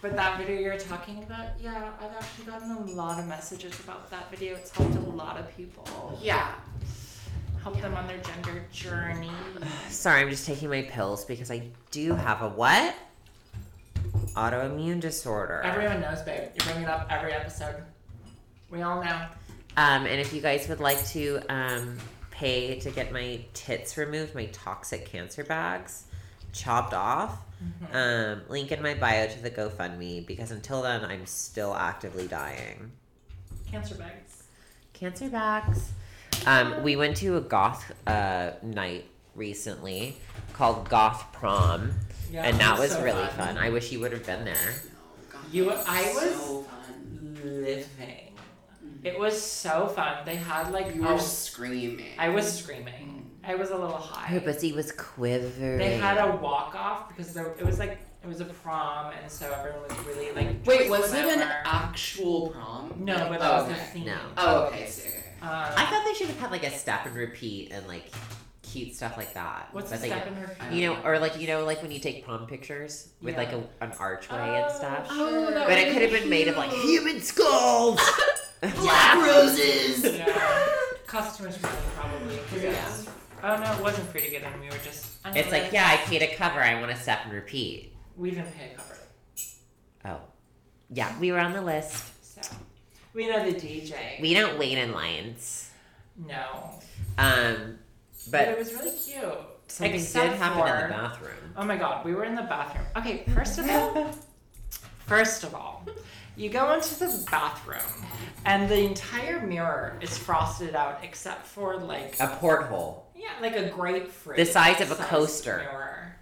C: But that video you're talking about, yeah, I've actually gotten a lot of messages about that video. It's helped a lot of people.
E: Yeah.
C: Helped them on their gender journey.
B: Sorry, I'm just taking my pills because I do have a what? Autoimmune disorder.
C: Everyone knows, babe. You bring it up every episode. We all know.
B: Um, and if you guys would like to um, pay to get my tits removed, my toxic cancer bags chopped off.
C: Mm-hmm.
B: Um, link in my bio to the GoFundMe because until then, I'm still actively dying.
C: Cancer bags.
B: Cancer bags. Um, we went to a goth uh, night recently called Goth Prom,
C: Yeah,
B: and that was
C: so
B: really fun. I wish you would have been there.
E: No, God,
C: You-
E: that's
C: I was-
E: so fun.
C: Living. It was so fun. They had like
E: You were
C: oh,
E: screaming. Mm.
C: I was screaming. I was a little high.
B: Her pussy was quivering.
C: They had a walk off because there, it was like it was a prom, and so everyone was really like.
E: Wait, was it an
C: whatever.
E: actual prom?
C: No, but that
E: oh,
C: was Um,
E: okay.
C: the theme.
B: No.
E: Oh, okay. So,
B: I
C: Um,
B: thought they should have had like a step and repeat and like cute stuff like that.
C: what's the
B: But they
C: step in her?
E: I don't
B: You know, or like you know, like when you take prom pictures with like a, an archway and stuff.
E: Oh, that
B: But it could have been made of like human skulls, black roses.
C: Yeah. Customers probably. 'cause it
E: Yeah.
C: was- Oh no, it wasn't pretty good, and we were just. I'm
B: It's
C: gonna-
B: like, yeah, I paid a cover. I want to step and repeat.
C: We didn't pay a cover,
B: Oh, yeah, we were on the list.
C: so we know the DJ.
B: We don't wait in lines.
C: no,
B: Um,
C: it
B: but
C: was really cute.
B: something did
C: except
B: happen in
C: for-
B: the bathroom.
C: Oh my god, we were in the bathroom. Okay, first of all, first of all, you go into the bathroom and the entire mirror is frosted out except for like
B: A porthole.
C: yeah, like a grapefruit.
B: The size of a
C: sized
B: coaster.
C: Mirror.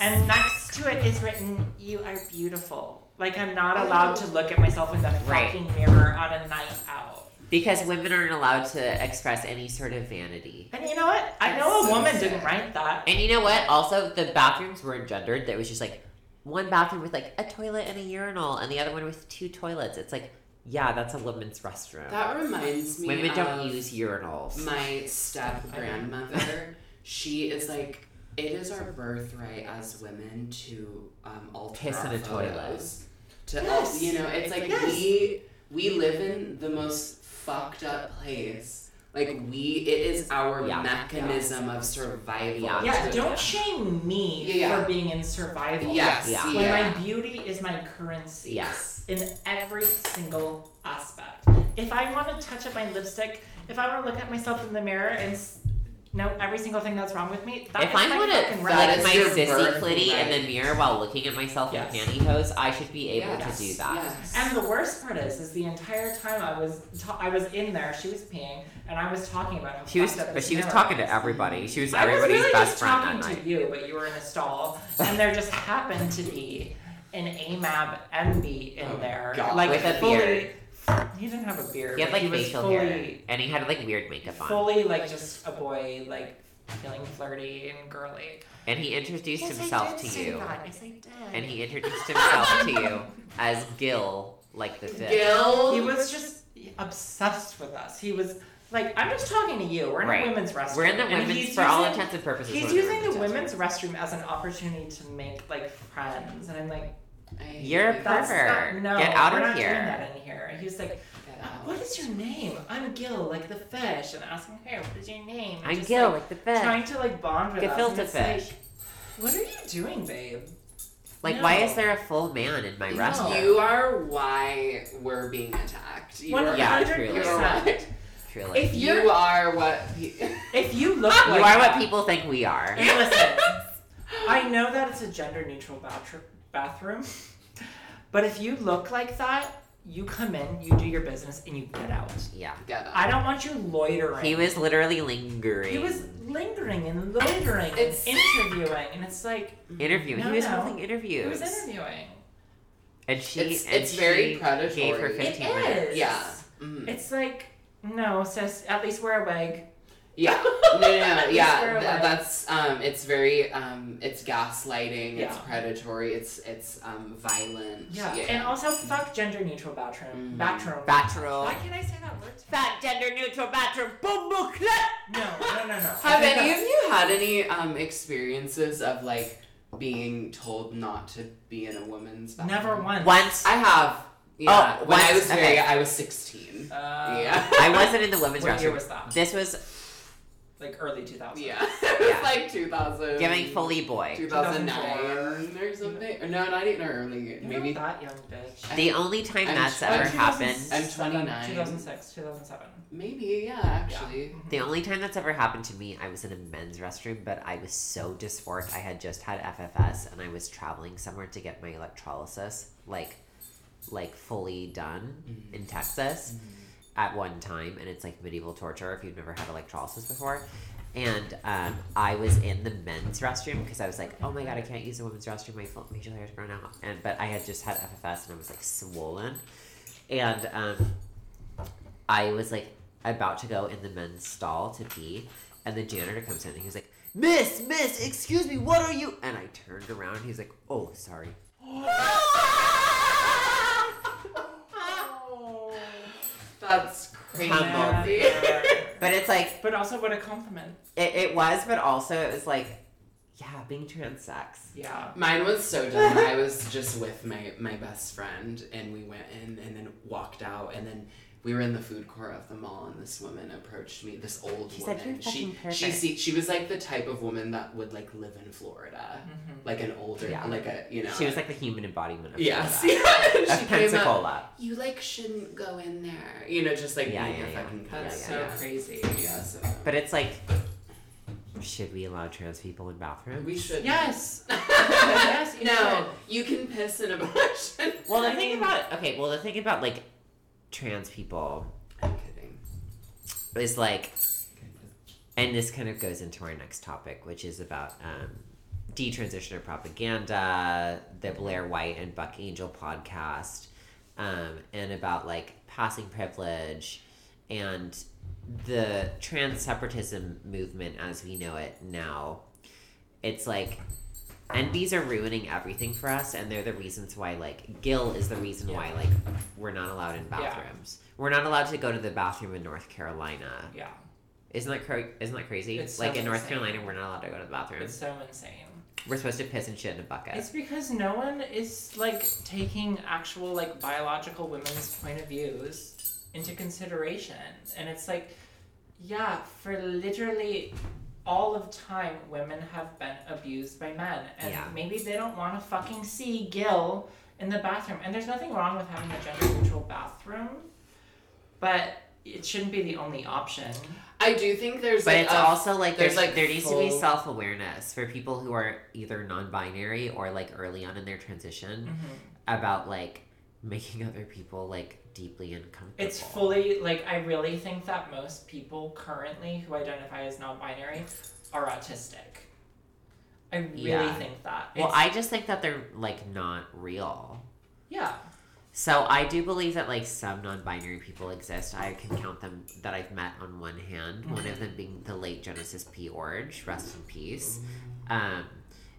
C: And next to it is written, "You are beautiful." Like I'm not allowed to look at myself in the
B: Right.
C: fucking mirror on a night out.
B: Because women aren't allowed to express any sort of vanity.
C: And you know what? I
E: That's
C: know a
E: so
C: woman
E: sad.
C: didn't write that.
B: And you know what? Also, the bathrooms weren't gendered. There was just like one bathroom with like a toilet and a urinal, and the other one with two toilets. It's like, yeah, that's a women's restroom.
E: that reminds me.
B: women
E: of
B: don't use urinals.
E: my step grandmother. she is like, it is our birthright as women to um, alter
B: Piss in
E: our
B: a toilet.
E: photos. To oh,
C: Yes.
E: you know, it's like
C: Yes.
E: we we live in the most fucked up place. Like we, it is our
B: Yeah.
E: mechanism of survival.
B: Yeah.
C: Yeah,
E: to-
C: don't shame me
E: Yeah.
C: for being in survival.
E: Yes.
B: Yeah.
E: Yeah.
C: When my beauty is my currency.
B: Yes.
C: in every single aspect. If I want to touch up my lipstick, if I want to look at myself in the mirror and s- know every single thing that's wrong with me, that's
B: If I
C: my
B: want
C: fucking
B: to
E: that
C: right.
B: flick
E: is
B: my
E: your
B: sissy
E: birthright.
B: clitty in the mirror while looking at myself
C: Yes.
B: in pantyhose, I should be able
E: Yes.
B: to do that.
E: Yes.
C: And the worst part is, is the entire time I was ta- I was in there, she was peeing, and I was talking about how
B: She was,
C: fucked up
B: but
C: this
B: she was
C: mirror
B: talking
C: is.
B: to everybody. She was
C: I was
B: everybody's
C: really
B: best
C: just
B: friend that
C: talking
B: night.
C: to you, but you were in a stall, and there just happened to be an AMAB MB in
E: Oh,
C: there,
E: God.
C: like
B: With a
C: fully,
B: beard.
C: He didn't have a beard.
B: He had
C: but
B: like
C: was
B: facial
C: fully,
B: hair, and he had like weird makeup on.
C: fully like just a boy, like feeling flirty and girly.
B: And he introduced himself to you.
C: Yes, I did.
B: And he introduced himself to you as Gil, like the fish.
E: Gil,
C: He was just obsessed with us. He was like, I'm just talking to you. We're in
B: Right.
C: a women's restroom.
B: We're in the
C: And
B: women's,
C: he's
B: for all
C: using-
B: intents and purposes.
C: He's
B: we're in
C: using the
B: restroom.
C: women's restroom as an opportunity to make like friends, and I'm like,
E: I-
B: You're a
C: that's
B: Pervert.
C: not, no,
B: Get out
C: we're
B: of
C: not
B: here.
C: Doing that in here. He was like, uh, what is your name? I'm Gil, like the fish, and asking her, what is your name? And
B: I'm
C: just,
B: Gil,
C: like,
B: like the fish.
C: trying to like bond with us. and
B: Gefilte
C: it's like,
B: fish.
C: What are you doing, babe?
B: Like, why
C: No.
B: is there a full man in my
E: You-
B: restaurant?
E: You are why we're being attacked. You
C: One
E: are,
B: Yeah,
C: hundred
B: truly.
E: you're why-
C: percent.
B: Truly.
C: If
E: you
C: you're,
E: are what. pe-
C: if you look,
B: you
C: like
B: are what
C: that-
B: people think we are.
C: And listen, I know that it's a gender neutral bathroom, bathroom, but if you look like that, you come in, you do your business, and you get out.
B: Yeah.
E: Get up.
C: I don't want you loitering.
B: He was literally lingering.
C: He was lingering and loitering and
E: It's-
C: interviewing, and it's like
B: interviewing.
C: No,
B: he was
C: no.
B: holding interviews.
C: it was interviewing.
B: and she
E: It's-
B: and
E: it's very
B: she gave her
E: predatory.
B: 15
C: It
B: minutes.
C: is.
E: Yeah. Mm.
C: It's like no, sis. At least wear a wig.
E: Yeah. No, no, no.
C: It's
E: yeah.
C: very
E: th-
C: like-
E: that's um. It's very um. It's gaslighting. It's
C: Yeah.
E: predatory. It's it's um violent.
C: Yeah. And also, fuck gender neutral bathroom.
E: Mm.
C: Bathroom.
B: Bachelor.
C: Why can't I say that word?
B: Fat gender neutral bathroom. Boom boom clap.
C: No, no, no, no.
E: Have any of you had any um experiences of like being told not to be in a woman's bathroom?
C: Never once.
B: Once
E: I have. Yeah. when I
B: once-
E: was very,
B: Oh, okay.
E: I was sixteen.
C: Uh,
E: yeah.
B: I wasn't in the women's
C: What year
B: restroom.
C: was that?
B: This was
C: like early 2000s.
E: Yeah. it was
B: Yeah.
E: like 2000.
B: Giving fully boy.
E: 2009 or something. Or no, not even early.
C: You're
E: Maybe.
C: not that young bitch.
B: The only time
E: I'm
B: that's
E: sure-
B: ever
E: I'm
B: happened,
C: 2007,
E: I'm 29.
C: 2006, 2007.
E: Maybe, yeah, actually.
B: the only time that's ever happened to me, I was in a men's restroom, but I was so dysphoric. I had just had FFS and I was traveling somewhere to get my electrolysis, like, like fully done in Texas at one time, and it's like medieval torture if you've never had electrolysis before. And um, I was in the men's restroom because I was like, oh my god, I can't use the women's restroom. My full- facial hair is grown out, and but I had just had FFS and I was like swollen, and um, I was like about to go in the men's stall to pee, and the janitor comes in and he's like, Miss, Miss, excuse me, what are you? And I turned around. and He's like, oh, sorry.
E: Ah. That's crazy.
B: Humble. But it's like
C: but also, what a compliment.
B: It, it was, but also it was like, yeah, being trans sucks.
C: Yeah.
E: Mine was so dumb. I was just with my, my best friend, and we went in and then walked out, and then we were in the food court of the mall, and this woman approached me. This old
B: She said,
E: woman.
B: "You're
E: she
B: fucking
E: she
B: perfect."
E: see, she was like the type of woman that would like live in Florida,
C: Mm-hmm.
E: like an older,
B: Yeah.
E: like a you know.
B: She was like the human embodiment of
E: yes,
B: Florida.
E: yeah.
B: Of
E: she came up.
B: Pensacola.
E: You like shouldn't go in there. You know, just like
B: Yeah,
E: being
B: yeah,
E: a
B: yeah.
E: fucking cunt.
C: That's
E: yeah,
C: so
E: yeah.
C: crazy.
E: Yeah, so
B: But it's like, should we allow trans people in bathrooms?
E: we should.
C: Yes. yes. You
E: No,
C: should.
E: you can piss in a bush.
B: Well, the
C: I
B: thing
C: mean-
B: about okay, well, the thing about like trans people
E: I'm kidding.
B: is like, and this kind of goes into our next topic, which is about um, detransitioner propaganda, the Blair White and Buck Angel podcast, um, and about like passing privilege and the trans separatism movement as we know it now. It's like, and these are ruining everything for us, and they're the reasons why, like, Gil is the reason why, like, we're not allowed in
C: Yeah.
B: bathrooms. We're not allowed to go to the bathroom in North Carolina.
C: Yeah.
B: Isn't that cra- isn't that crazy?
C: It's so
B: like in North
C: insane.
B: Carolina, we're not allowed to go to the bathroom.
C: It's so insane.
B: We're supposed to piss and shit in a bucket.
C: It's because no one is like taking actual like biological women's point of views into consideration. And it's like, yeah, for literally all of time women have been abused by men. And
B: Yeah.
C: maybe they don't want to fucking see Gil in the bathroom. And there's nothing wrong with having a gender neutral bathroom, but it shouldn't be the only option.
E: I do think there's
B: but
E: like
B: it's
E: a-
B: also like
E: there's,
B: there's
E: like,
B: like there needs to be
E: full-
B: self awareness for people who are either non binary or like early on in their transition about like making other people like deeply uncomfortable.
C: It's fully like I really think that most people currently who identify as non-binary are autistic. I really
B: Yeah.
C: think that.
B: Well,
C: It's-
B: I just think that they're like not real.
C: yeah,
B: So I do believe that like some non-binary people exist. I can count them that I've met on one hand. One of them being the late Genesis P. Orge, rest in peace. Um,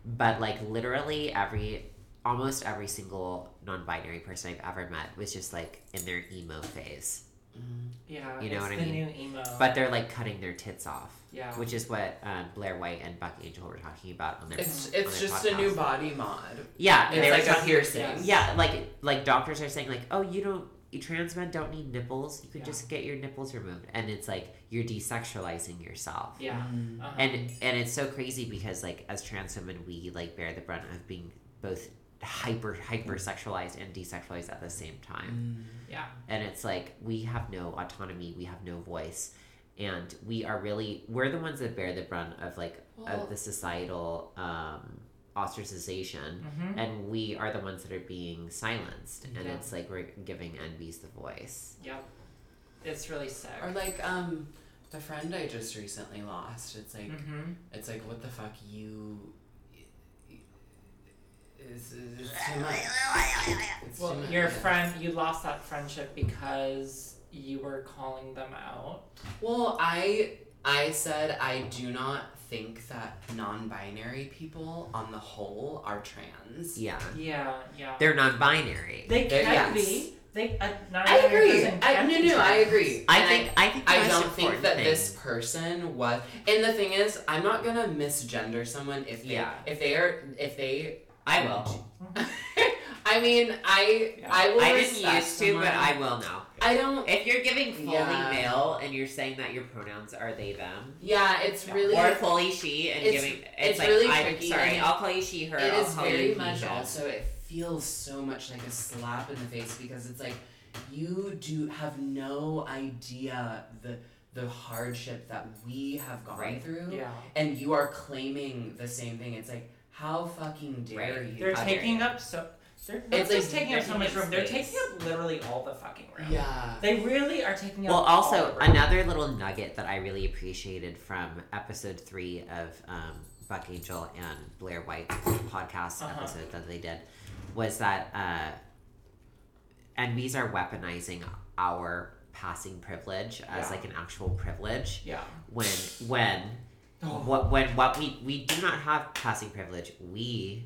B: but like literally every, almost every single non-binary person I've ever met was just like in their emo phase.
E: Mm.
C: yeah.
B: You know
C: it's
B: what I
C: the
B: mean?
C: new emo.
B: But they're like cutting their tits off,
C: yeah,
B: which is what um, Blair White and Buck Angel were talking about on their.
E: It's
B: Oh, on
E: it's
B: their
E: just a new
B: podcast.
E: body mod.
B: Yeah,
E: It's
B: they were
E: like a
B: talking-
E: piercing.
C: yeah.
B: Yeah, like like doctors are saying like, oh, you don't you trans men don't need nipples. You could
C: Yeah.
B: just get your nipples removed, and it's like you're desexualizing yourself.
C: yeah. uh-huh.
B: And and it's so crazy because like as trans women, we like bear the brunt of being both hyper hyper sexualized and desexualized at the same
C: Mm.
B: time.
C: yeah,
B: And it's like we have no autonomy, we have no voice, and we are really we're the ones that bear the brunt of like
D: Well-
B: of the societal um, ostracization
C: hmm
B: and we are the ones that are being silenced and
C: Yeah.
B: it's like we're giving NBs the voice
C: yep. It's really sick.
E: Or like um the friend I just recently lost. It's like
C: hmm
E: it's like what the fuck you it's, it's too much. It's too
C: Well,
E: much.
C: your friend, you lost that friendship because you were calling them out.
E: Well, I I said I do not think that non-binary people on the whole are trans.
B: yeah
C: Yeah, yeah.
B: they're non-binary
C: They
E: They're-
C: can
E: yes.
C: be. They. Uh,
E: I agree. I, no, no, I agree.
B: I
E: And
B: think I think the
E: I
B: most
E: don't think
B: important
E: that
B: thing-
E: this person was. And the thing is, I'm not gonna misgender someone if they
B: Yeah.
E: if they are if they.
B: I will
E: I I mean, I
C: Yeah.
E: I will
B: I
E: respect
B: didn't used to, but
E: someone-
B: I will now.
E: I don't.
B: If you're giving fully
E: Yeah.
B: male and you're saying that your pronouns are they them,
E: Yeah, it's
C: Yeah.
E: really
B: or fully she and
E: It's-
B: giving, it's,
E: it's
B: like
E: really
B: I'm
E: tricky,
B: sorry,
E: and
B: I'll call you she, her.
E: It
B: I'll
E: is
B: call you
E: very
B: he,
E: much
B: him.
E: also it feels so much like a slap in the face because it's like you do have no idea the the hardship that we have gone
B: Right.
E: through
C: Yeah.
E: and you are claiming the same thing. It's like how fucking dare
B: Right.
E: you?
C: They're
B: How dare
C: taking
B: you.
C: up so. They're not
E: It's
C: just
E: like
C: taking up so
B: taking
C: much
B: up
C: room. They're
B: space.
C: taking up literally all the fucking room.
E: yeah.
C: They really are taking up.
B: Well,
C: all
B: also
C: the room.
B: another little nugget that I really appreciated from episode three of um, Buck Angel and Blair White's podcast
C: Uh-huh.
B: episode that they did was that uh, enemies are weaponizing our passing privilege as
C: Yeah.
B: like an actual privilege
C: Yeah.
B: when when
C: Oh.
B: what when what we we do not have passing privilege we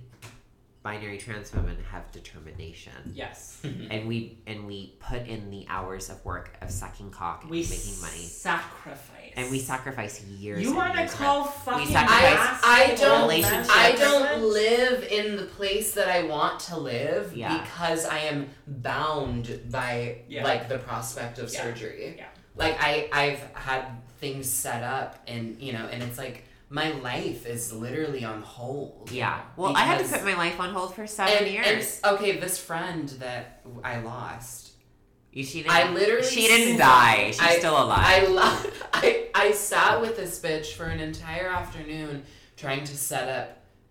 B: binary trans women have determination
C: Yes.
B: and we and we put in the hours of work of sucking cock and
C: We
B: making money
C: sacrifice.
B: and we sacrifice years
C: You
B: want to
C: call fucking
B: sacrifice-
C: ass
E: I
C: and
E: don't-
C: relationship
E: I
C: privilege?
E: don't live in the place that I want to live
B: Yeah.
E: because I am bound by
C: Yeah.
E: like the prospect of
C: Yeah.
E: surgery.
C: Yeah.
E: Like I I've had things set up and you know and it's like my life is literally on hold.
B: yeah well i had to
E: Because-
B: put my life on hold for seven
E: And, and
B: years
E: s- okay, this friend that I lost,
B: you she didn't
E: I literally
B: she didn't
E: s-
B: die she's
E: I-
B: still alive
E: I lo- I I sat with this bitch for an entire afternoon trying to set up,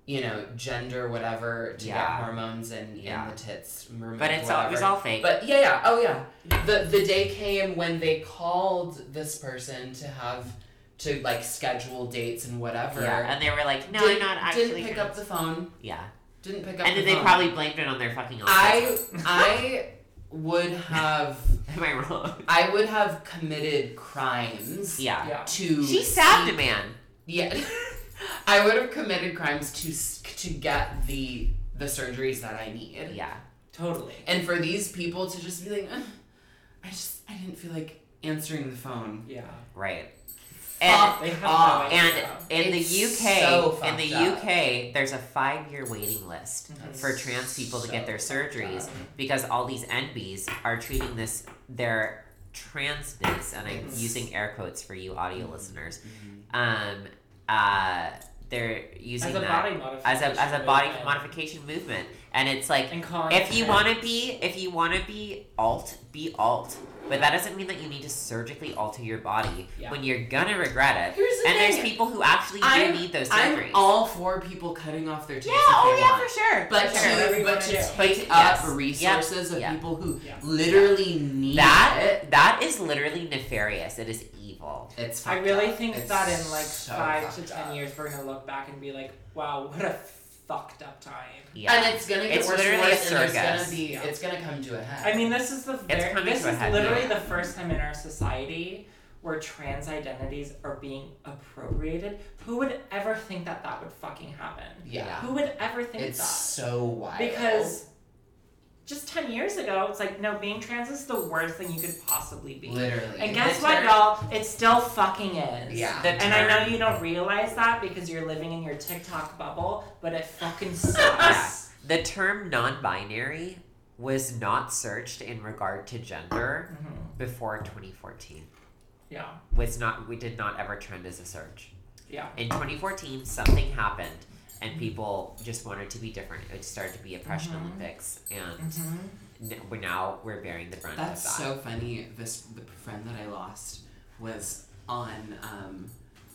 E: you know, gender whatever to
B: Yeah.
E: get hormones and,
B: Yeah.
E: and the tits. removed,
B: but it's all it was
E: whatever.
B: all fake
E: But yeah, yeah, oh yeah. The the day came when they called this person to have to like schedule dates and whatever.
B: yeah and they were like no i'm
E: Didn't-
B: not actually
E: Didn't pick
B: trans."
E: up the phone.
B: yeah
E: Didn't pick up.
B: and
E: the
B: then they
E: phone.
B: probably blamed it on their fucking
E: I
B: autism.
E: I would have
B: am i wrong
E: I would have committed crimes.
B: yeah,
C: Yeah.
E: To
B: she stabbed
E: seek-
B: a man
E: Yeah, I would have committed crimes to s- to get the the surgeries that I need,
B: yeah
C: Totally.
E: and for these people to just be like, "Ugh, I just I didn't feel like answering the phone.
C: Yeah.
B: right oh,
E: Fuck
C: They have
E: off.
C: no idea.
B: And in
E: It's
B: the UK,
E: so
B: in the
E: fucked up.
B: UK, there's a five-year waiting list
E: That's
B: for trans people to get their
E: so fucked
B: surgeries
E: up.
B: because all these NBs are treating this their transness, and I'm
E: Mhm.
B: using air quotes for you audio
E: Mm-hmm.
B: listeners. Um, uh, they're using
C: as a
B: that
C: body modification.
B: as a as a body
C: movement.
B: modification movement, and it's like
C: And calling
B: if
C: it
B: you
C: trans.
B: want to be if you want to be alt be alt but that doesn't mean that you need to surgically alter your body
C: Yeah.
B: when you're gonna regret it
E: Here's the
B: and
E: thing.
B: there's people who actually do
E: I'm-
B: need those surgeries
E: I'm all for people cutting off their tits
B: yeah
E: if they
B: oh yeah
E: want.
B: for sure for
E: But
C: sure.
B: sure.
E: to,
C: Everyone
E: but to
C: too.
E: take
B: But- yes.
E: up resources of
B: Yeah.
E: people who
C: Yeah.
E: literally need
B: that
E: it,
B: that is literally nefarious it is evil
E: it's
C: I
E: fucked
C: really
E: up.
C: think
E: It's
C: that in like
E: so
C: five to
E: fucked
C: ten
E: up.
C: years, we're gonna look back and be like, "Wow, what a fucked up time."
B: yeah
E: And it's gonna get
B: E. It's
E: worse and
B: literally a
E: worse, and there's
B: circus.
E: gonna be
C: Yeah.
E: it's gonna come to a head.
C: I mean, this is the ver-
B: coming
C: this
B: to a
C: is
B: head,
C: literally
B: yeah.
C: the first time in our society where trans identities are being appropriated. Who would ever think that that would fucking happen?
E: yeah,
C: Who would ever think
E: it's
C: that?
E: so wild
C: because just 10 years ago it's like no being trans is the worst thing you could possibly be
E: literally.
C: and guess
B: The
C: what
B: term-
C: y'all it still fucking is
E: Yeah.
B: The
C: and i know
B: term-
C: you don't realize that because you're living in your tiktok bubble but it fucking
B: Yeah.
C: sucks
B: the term non-binary was not searched in regard to gender
C: Mhm.
B: before 2014
C: yeah
B: was not we did not ever trend as a search.
C: Yeah.
B: In 2014, something happened, and people just wanted to be different. It started to be oppression
C: Mhm.
B: Olympics, and
C: hmm
B: n- we're now we're bearing the brunt of
E: That's
B: that.
E: so funny. This the friend that I lost was on um,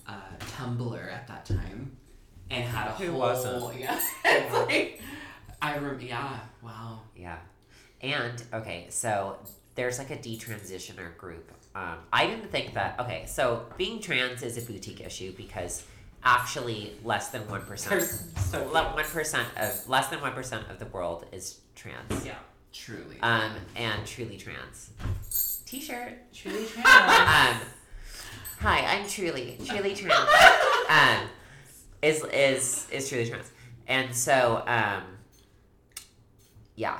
E: uh, Tumblr at that time, and had a
B: Who
E: whole
B: wasn't?
E: yeah. it's like I rem- yeah wow
B: yeah, and okay, so there's like a detransitioner group. Um, I didn't think that. Okay, so being trans is a boutique issue because actually less than one percent,
C: so
B: one percent of less than one percent of the world is trans.
C: yeah
E: truly
B: Um, and truly trans. T-shirt.
C: truly trans
B: um, hi, I'm Truly, Truly Trans. Um, is is is Truly Trans, and so um, yeah,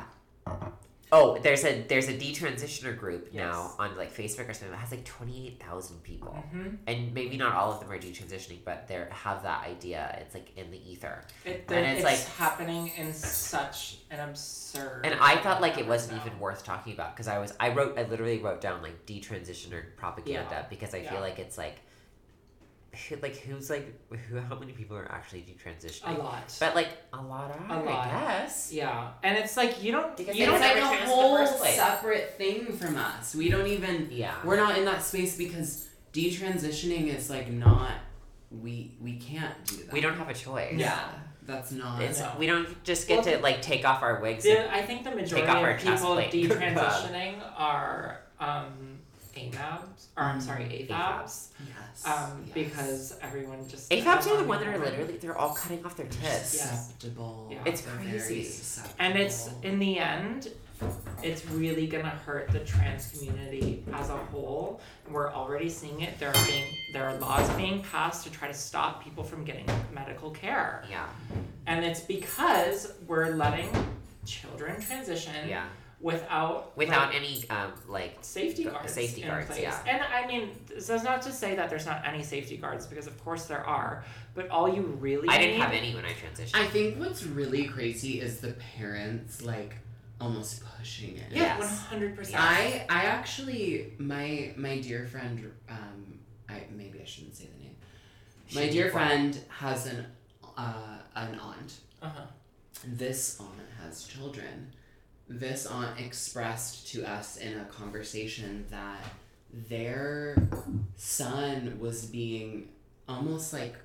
B: Oh, there's a there's a detransitioner group now on like Facebook or something that has like twenty eight thousand people,
C: Mm-hmm.
B: and maybe not all of them are detransitioning, but they have that idea. It's like in the ether,
C: It,
B: And
C: it's,
B: it's
C: like
B: like-
C: happening in such an absurd.
B: and I thought like it wasn't
C: amount.
B: even worth talking about because I was I wrote I literally wrote down like detransitioner propaganda because I
C: Yeah.
B: feel like it's like, who, like who's like who how many people are actually detransitioning?
C: a lot.
B: But like a lot are,
C: lot.
B: I guess.
C: yeah, and it's like you don't
B: Because
C: you
B: they
C: don't
E: it's
B: never
E: like a
B: trans in the
E: whole
B: first place.
E: separate thing from us. We don't even.
B: Yeah.
E: We're not in that space because detransitioning is like not. We we can't do that.
B: We don't have a choice.
E: Yeah, that's not.
B: It's,
C: No.
B: We don't just get to like take off our wigs. and
C: The, I think the majority
B: off our
C: of
B: chest
C: people
B: plate.
C: detransitioning are um, AMABs, or I'm sorry, AFABs,
B: AFABs.
E: yes.
C: um,
E: yes.
C: because everyone just
B: AFABs are the
C: doesn't
B: one that are
C: want it.
B: literally they're all cutting off their tips.
C: Yeah.
E: Susceptible.
C: Yeah.
B: It's
E: They're Very
B: crazy.
E: susceptible.
C: And it's in the end, it's really gonna hurt the trans community as a whole. We're already seeing it. There are being there are laws being passed to try to stop people from getting medical care,
B: Yeah.
C: and it's because we're letting children transition
B: Yeah.
C: without
B: Without
C: like,
B: any um like
C: safety
B: gu-
C: guards.
B: safety
C: in
B: guards,
C: place.
B: yeah.
C: And I mean, this is not to say that there's not any safety guards because of course there are, but all you really
B: I didn't
C: need-
B: have any when I transitioned.
E: I think what's really crazy is the parents like almost pushing it.
C: Yeah,
B: Yes.
C: one hundred percent.
E: I I actually my my dear friend um I maybe I shouldn't say the name. my
B: Should
E: dear
B: be
E: friend has an uh an aunt.
C: Uh huh.
E: This aunt has children. This aunt expressed to us in a conversation that their son was being almost like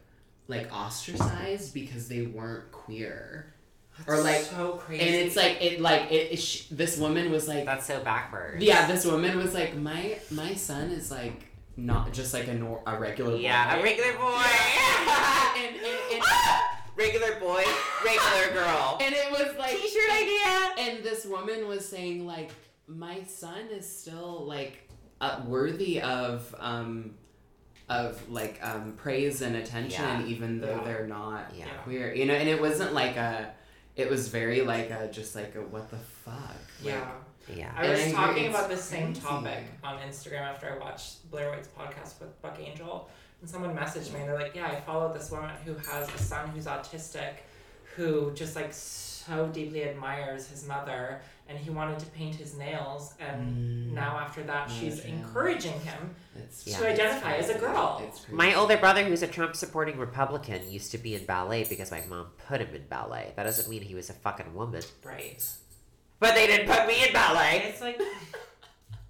E: like ostracized because they weren't queer. or like
C: so crazy.
E: and it's like it like it, it sh- this woman was like
B: That's so backwards.
E: yeah, this woman was like, my my son is like not just like a nor- a regular boy.
B: Yeah, a regular boy.
E: and, and, and,
B: regular boy, regular girl.
E: and it was like
B: T-shirt idea.
E: And this woman was saying like, my son is still like uh, worthy of um of like um praise and attention,
B: Yeah.
E: even though
C: Yeah.
E: they're not
B: Yeah.
E: queer. You know, and it wasn't like a. It was very like a just like a what the fuck. Like,
C: yeah.
B: Yeah.
C: I
E: And
C: was
E: I agree,
C: talking
E: it's
C: about this same
E: crazy.
C: topic on Instagram after I watched Blair White's podcast with Buck Angel, and someone messaged me and they're like, "Yeah, I followed this woman who has a son who's autistic, who just like so deeply admires his mother, and he wanted to paint his nails, and
E: Mm,
C: now after that, she's
E: Okay.
C: encouraging him
E: it's-
B: Yeah.
C: to identify as a girl."
E: It's crazy.
B: My older brother, who's a Trump supporting Republican, used to be in ballet because my mom put him in ballet. That doesn't mean he was a fucking woman.
C: Right.
B: But they didn't put me in ballet.
C: It's like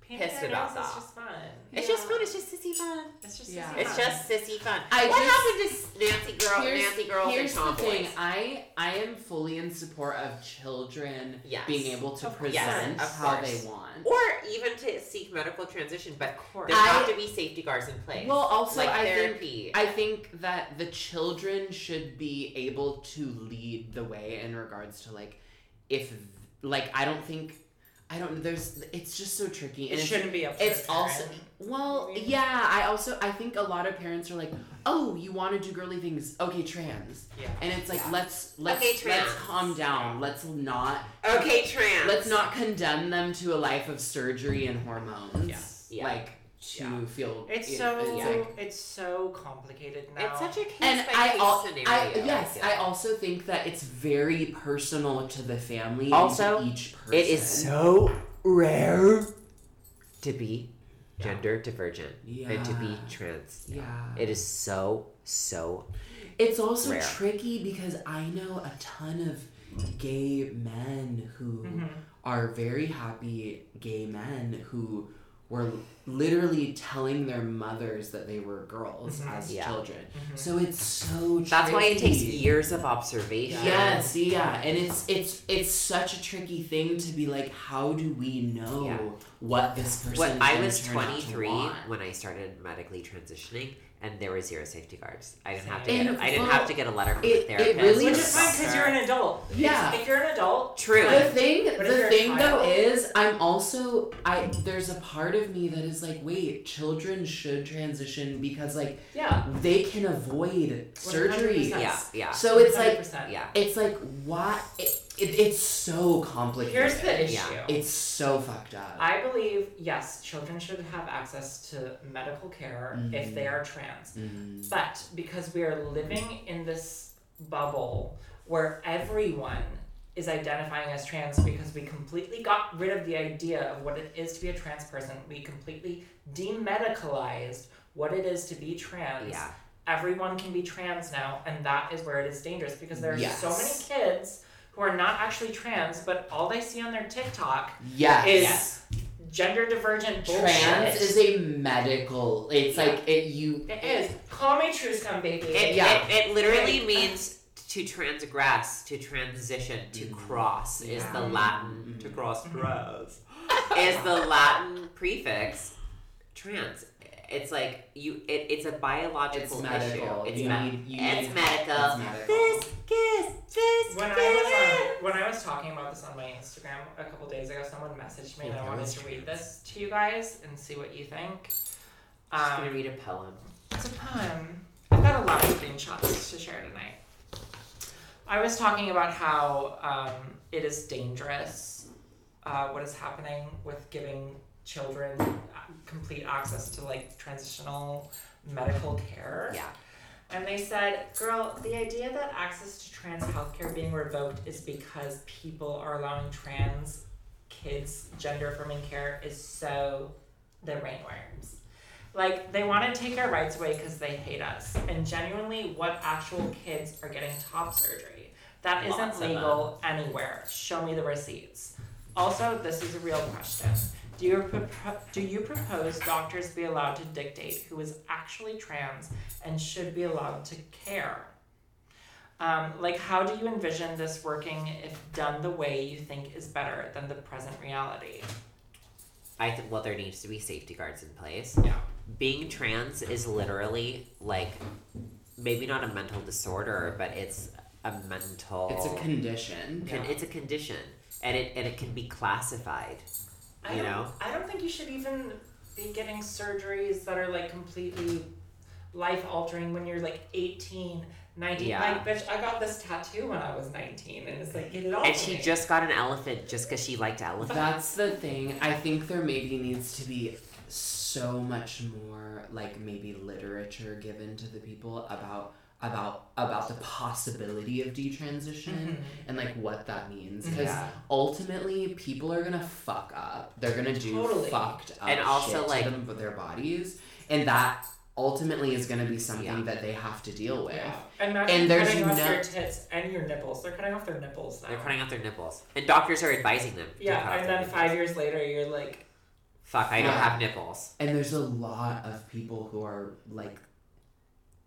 C: painting
B: Pissed
C: their nails
B: about
C: is
B: that.
C: just fun.
B: It's just fun. It's just sissy fun.
C: It's just
E: Yeah.
C: yeah.
B: It's just sissy fun.
E: I
B: what
E: just-
B: happened to Nancy girl, Nancy girls,
E: here's
B: and
E: the thing.
B: tomboys?
E: I I am fully in support of children
B: Yes.
E: being able to
C: Of course.
E: present
B: Yes, of
E: how
B: course.
E: they want.
B: Or even to seek medical transition, but
C: course.
B: there
E: I-
B: have to be safety guards in place.
E: Well, also
B: like
E: I think
B: therapy.
E: I think that the children should be able to lead the way in regards to like if like I don't think I don't there's it's just so tricky and
C: It
E: it's-
C: shouldn't be up to
E: it's
C: the
E: also
C: parent.
E: well
C: I mean-
E: yeah i also i think a lot of parents are like oh you want to do girly things okay trans
C: Yeah.
E: and it's like
B: Yeah.
E: let's let's
B: Okay,
E: let's
B: trans.
E: calm down let's not
B: okay, trans.
E: let's not condemn them to a life of surgery and hormones
C: Yes.
B: Yeah.
E: like to
B: Yeah.
E: feel
C: It's
E: it-
C: so
E: it's like,
C: it's so complicated now.
B: It's such a case
E: and
B: by
E: I,
B: case
E: al-
B: scenario.
E: I yes,
B: feel
E: I
B: like.
E: also think that it's very personal to the family. and
B: Also,
E: to each person.
B: It is so rare to be gender divergent and to be
E: Yeah.
B: trans.
E: yeah.
B: It is so so.
E: It's also
B: Rare.
E: tricky because I know a ton of gay men who
C: Mm-hmm.
B: Mm-hmm.
E: are very happy gay men who were literally telling their mothers that they were girls
C: Mhm.
E: as
B: Yeah.
E: children.
B: Mm-hmm.
E: So it's so tricky.
B: That's why it takes years of observation.
E: Yes, yeah, and it's it's it's such a tricky thing to be like, how do we know
B: Yeah.
E: what this person?
B: When
E: is
B: I
E: gonna
B: was
E: turn out to
B: 23
E: want?
B: when I started medically transitioning, and there were zero safety guards. I didn't have to
E: Same.
B: get. A, I didn't
E: Well,
B: have to get a letter from
E: it- it
B: the therapist.
E: really
B: or
C: Which
B: a
C: is fine because
B: doctor.
C: you're an adult. If-
E: Yeah.
C: If you're an adult,
B: True.
E: The thing,
C: But if
E: the
C: you're a
E: thing though
C: child-
E: is, I'm also I. There's a part of me that is like, wait, children should transition because like
C: yeah.
E: they can avoid surgery.
B: Yeah,
C: 100%.
B: yeah,
E: So it's like
C: 100%.
B: yeah.
E: it's like why it, It, it's so complicated.
C: Here's the issue.
E: It's so fucked up.
C: I believe, yes, children should have access to medical care if they are trans.
E: Mm.
C: But because we are living in this bubble where everyone is identifying as trans because we completely got rid of the idea of what it is to be a trans person, we completely demedicalized what it is to be trans.
F: Yeah.
C: Everyone can be trans now, and that is where it is dangerous because there are so
E: Yes.
C: many kids who are not actually trans, but all they see on their TikTok
E: Yes.
C: is gender divergent bullshit.
E: Trans is a medical. It's like it. You.
C: It is. Call me true scum baby.
B: It,
E: Yeah.
B: it, it literally means to transgress, to transition, to cross is the
E: Mm. Yeah.
B: Latin to
E: Mhm.
B: cross cross is the Latin prefix trans. It's like you. It, it's a biological
E: It's
B: issue.
E: medical.
B: It's
E: you
B: me-
E: need, you
B: it's
E: need-
B: medical.
E: It's medical.
B: This kiss, this
C: When I was on, when I was talking about this on my Instagram a couple days ago, someone messaged me and I
E: Yeah,
C: wanted
E: that's
C: to
E: true.
C: read this to you guys and see what you think.
B: I'm
E: uh,
B: just gonna
C: Um,
B: read a poem.
C: it's a poem. I've got a lot of screenshots to share tonight. I was talking about how um, it is dangerous uh, what is happening with giving children uh, complete access to like transitional medical care.
B: Yeah.
C: And they said, girl, the idea that access to trans healthcare being revoked is because people are allowing trans kids gender affirming care is so the rainworms. Like, they want to take our rights away because they hate us. And genuinely, what actual kids are getting top surgery? That isn't
B: Lots of
C: legal anywhere. Show me the receipts. Also, this is a real question. Do you, propo- do you propose doctors be allowed to dictate who is actually trans and should be allowed to care? Um, like, how do you envision this working if done the way you think is better than the present reality?
B: I think well, there needs to be safety guards in place.
C: Yeah.
B: Being trans is literally like maybe not a mental disorder, but it's a mental.
E: It's a condition.
B: Con-
C: Yeah.
B: It's a condition, and it and it can be classified.
C: I
B: You
C: don't,
B: know?
C: I don't think you should even be getting surgeries that are like completely life altering when you're like 18, 19.
B: Yeah.
C: Like, bitch, I got this tattoo when I was 19, and it's like, get it off.
B: And
C: of
B: she
C: me.
B: just got an elephant just because she liked elephants.
E: That's the thing. I think there maybe needs to be so much more like maybe literature given to the people about about about the possibility of detransition
C: Mm-hmm.
B: Mm-hmm.
E: and like what that means because
B: Yeah.
E: ultimately people are gonna fuck up they're gonna do
C: Totally.
E: fucked up
B: And also,
E: shit
B: like-
E: to them, their bodies and that ultimately is gonna be something
B: Yeah.
E: that they have to deal with
C: Yeah. Imagine
E: And there's
C: cutting off
E: no-
C: your tits and your nipples. They're cutting off their nipples now.
B: They're cutting out their nipples, and doctors are advising them. to cut
C: yeah,
B: out
C: and
B: their
C: then
B: nipples.
C: five years later, you're like,
B: Fuck, I don't
E: Yeah.
B: have nipples.
E: and there's a lot of people who are like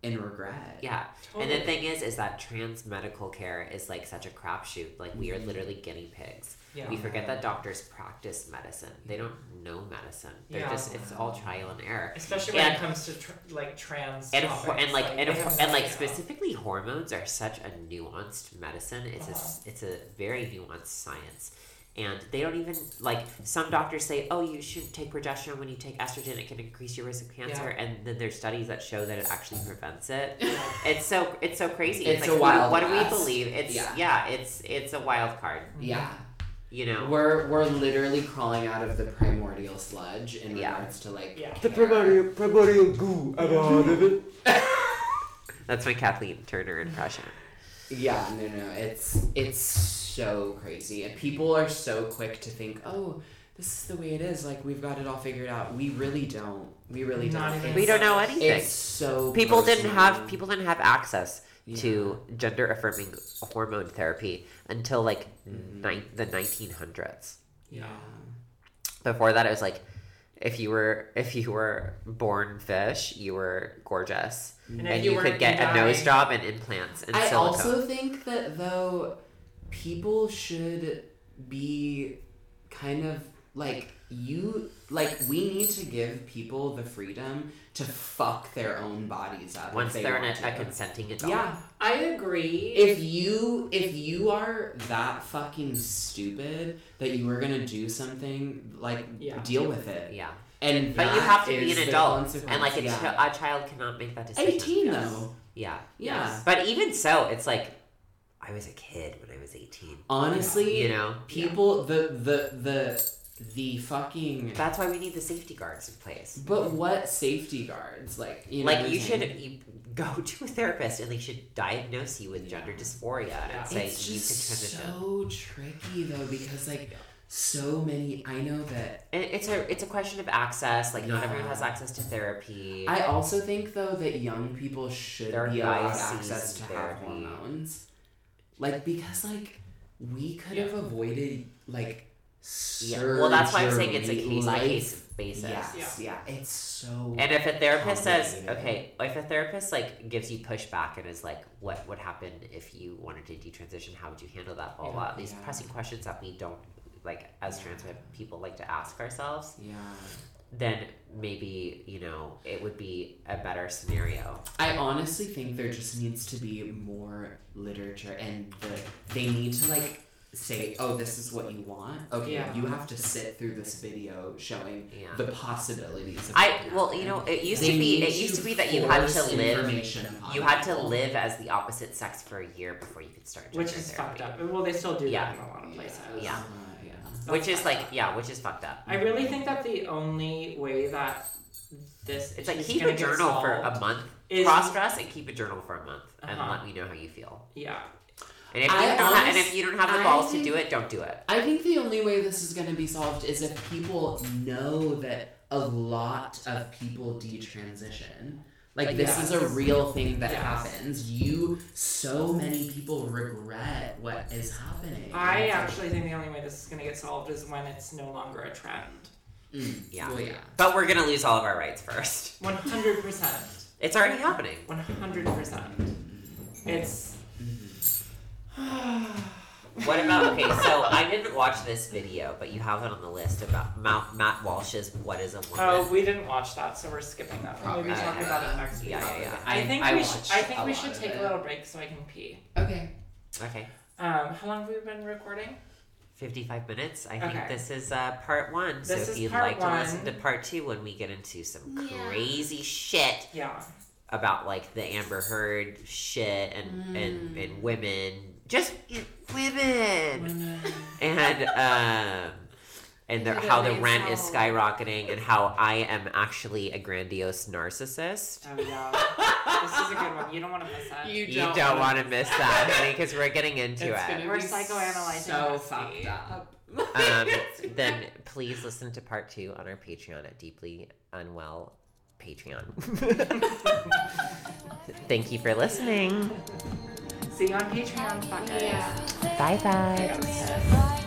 E: in regret
B: Yeah,
C: totally.
B: and the thing is, is that trans medical care is like such a crapshoot. Like we are literally guinea pigs.
C: yeah.
E: Oh,
B: We forget that doctors practice medicine. They don't know medicine. They're
C: Yeah.
B: just it's all trial and error.
C: Especially when
B: and-
C: it comes to tr- like trans
B: and,
C: topics,
B: ho- and like and,
C: they
B: ho-
C: have no
B: and like
C: idea.
B: specifically hormones are such a nuanced medicine it's a
C: Uh-huh.
B: s a it's a very nuanced science and they don't even like some doctors say oh you shouldn't take progesterone when you take estrogen it can increase your risk of cancer and then there's studies that show that it actually prevents it
C: uh,
B: it's so it's so crazy it's,
E: It's
B: like
E: a
B: what do-
E: wild
B: what, do we
E: west.
B: believe it's yeah.
E: Yeah.
B: it's it's a wild card
E: yeah
B: you know
E: We're we're literally crawling out of the primordial sludge in
B: Yeah.
E: regards to like
C: Yeah.
E: the primordial primordial goo of all of it.
B: that's my kathleen turner impression
E: Yeah, no, no, it's it's so crazy, and people are so quick to think, oh, this is the way it is. Like we've got it all figured out. We really don't. We really
C: Not
E: don't.
C: even
B: we don't know anything
E: It's so
B: people didn't
E: personal.
B: have people didn't have access
E: Yeah.
B: to gender affirming hormone therapy until like ni- the 1900s
E: Yeah.
B: before that it was like if you were if you were born fish you were gorgeous
C: And
B: and,
C: if
B: you,
C: weren't,
B: could get a nose
C: die.
B: job and implants and
E: I
B: silicone
E: also think that though people should be kind of like you like we need to give people the freedom to fuck their own bodies up if
B: once
E: they
B: they're
E: want
B: an, a
E: to.
B: consenting adult
E: yeah
C: I agree.
E: if you if you are that fucking stupid that you are gonna do something like
C: Yeah.
E: deal with it
B: yeah
E: and
B: but you
E: that
B: have to be
E: is
B: an
E: the
B: adult and
E: consequence.
B: like a,
E: yeah.
B: chi- a child cannot make that decision
E: 18 though
B: yeah
E: yeah
B: But even so, it's like I was a kid when I was 18.
E: Honestly,
B: You know?
E: people the the the the fucking
B: That's why we need the safety guards in place.
E: but what safety guards like you know what
B: like
E: I'm
B: you
E: saying?
B: should you go to a therapist and they should diagnose you with gender dysphoria and say
E: it's
B: you can
E: just
B: transition.
E: so tricky though because like so many I know that
B: and it's a it's a question of access. Like not
E: Yeah.
B: everyone has access to therapy.
E: I also think though that young people should
B: Their
E: be allowed
B: biases
E: access to have
B: therapy.
E: hormones like because like we could have avoided like
B: yeah. Well, that's why I'm saying it's a
E: surgery,
B: case by case
E: life-
B: basis.
E: Yes, yeah. it's so
B: And if a therapist says, okay,
E: Complicated.
B: if a therapist like gives you pushback and is like, what would happen if you wanted to detransition? How would you handle that? Blah blah. blah. These
E: Yeah.
B: pressing questions that we don't like as trans women people like to ask ourselves.
E: yeah.
B: then maybe you know it would be a better scenario.
E: I honestly think there just needs to be more literature, and the, they need to like say, "Oh, this is what you want." Okay,
C: Yeah.
E: you have to sit through this video showing
B: Yeah.
E: the possibilities. Of
B: I
E: what can
B: well, you
E: happen.
B: know, it used
E: They
B: to be
E: need
B: it used to be that you had to
E: force
B: live
E: information upon
B: you had to
E: people.
B: live as the opposite sex for a year before you could start.
C: Which
B: gender
C: is
B: therapy.
C: fucked up. Well, they still do
B: Yeah.
C: that in a lot of places.
B: Yeah.
E: yeah.
B: Which is like yeah, which is fucked up.
C: I really think that the only way that this
B: It's
C: issue
B: like
C: is
B: keep
C: gonna
B: a
C: get
B: journal for a
C: solved
B: month.
C: is-
B: Cross dress and keep a journal for a month and
C: Uh-huh.
B: let me know how you feel.
C: yeah.
B: And if you
E: I
B: don't ha- and
E: honest-
B: if you don't have the
E: I
B: balls
E: think-
B: to do it, don't do it.
E: I think the only way this is going to be solved is if people know that a lot of people detransition. Like, this is a
C: Yes.
E: real thing that
C: Yes.
E: happens. You, so many people regret what is happening.
C: I um, actually think the only way this is going to get solved is when it's no longer a trend.
E: Mm,
B: Yeah.
E: Well, yeah.
B: But we're gonna lose all of our rights first.
C: 100%.
B: It's already happening.
C: 100%. It's.
B: What about okay? So I didn't watch this video, but you have it on the list about Mount Matt Walsh's "What Is a Woman."
C: Oh, we didn't watch that, so we're skipping that. We'll maybe
E: Okay.
C: talk about it next week.
B: yeah, yeah, yeah.
C: I think
E: I
C: we should.
E: watched
C: I
E: a
C: think we
E: lot
C: should
E: of
C: take
E: it.
C: a little break so I can pee.
E: Okay.
B: Okay,
C: Um, how long have we been recording?
B: fifty-five minutes. I think
C: Okay.
B: this is uh, part one. so
C: This
B: if
C: is
B: you'd
C: part
B: like to listen to
C: one.
B: part two when we get into some
D: Yeah.
B: crazy shit
C: Yeah.
B: about like the Amber Heard shit and
D: Mm.
B: and, and women, just women, and um. And the,
D: Look at
B: how the
D: myself.
B: rent is skyrocketing, and how I am actually a grandiose narcissist.
C: Oh yeah. this is a good one. You don't want to miss that.
B: You don't, want to miss that, honey, because we're getting into
E: It's
B: it.
E: gonna
C: We're
E: be
C: psychoanalyzing this
E: So Oh, fucked
C: week.
E: up.
B: Um, then please listen to part two on our Patreon at Deeply Unwell Patreon. Thank you for listening.
C: See you on Patreon. Fuck it.
D: Yeah.
B: Bye bye.
A: Right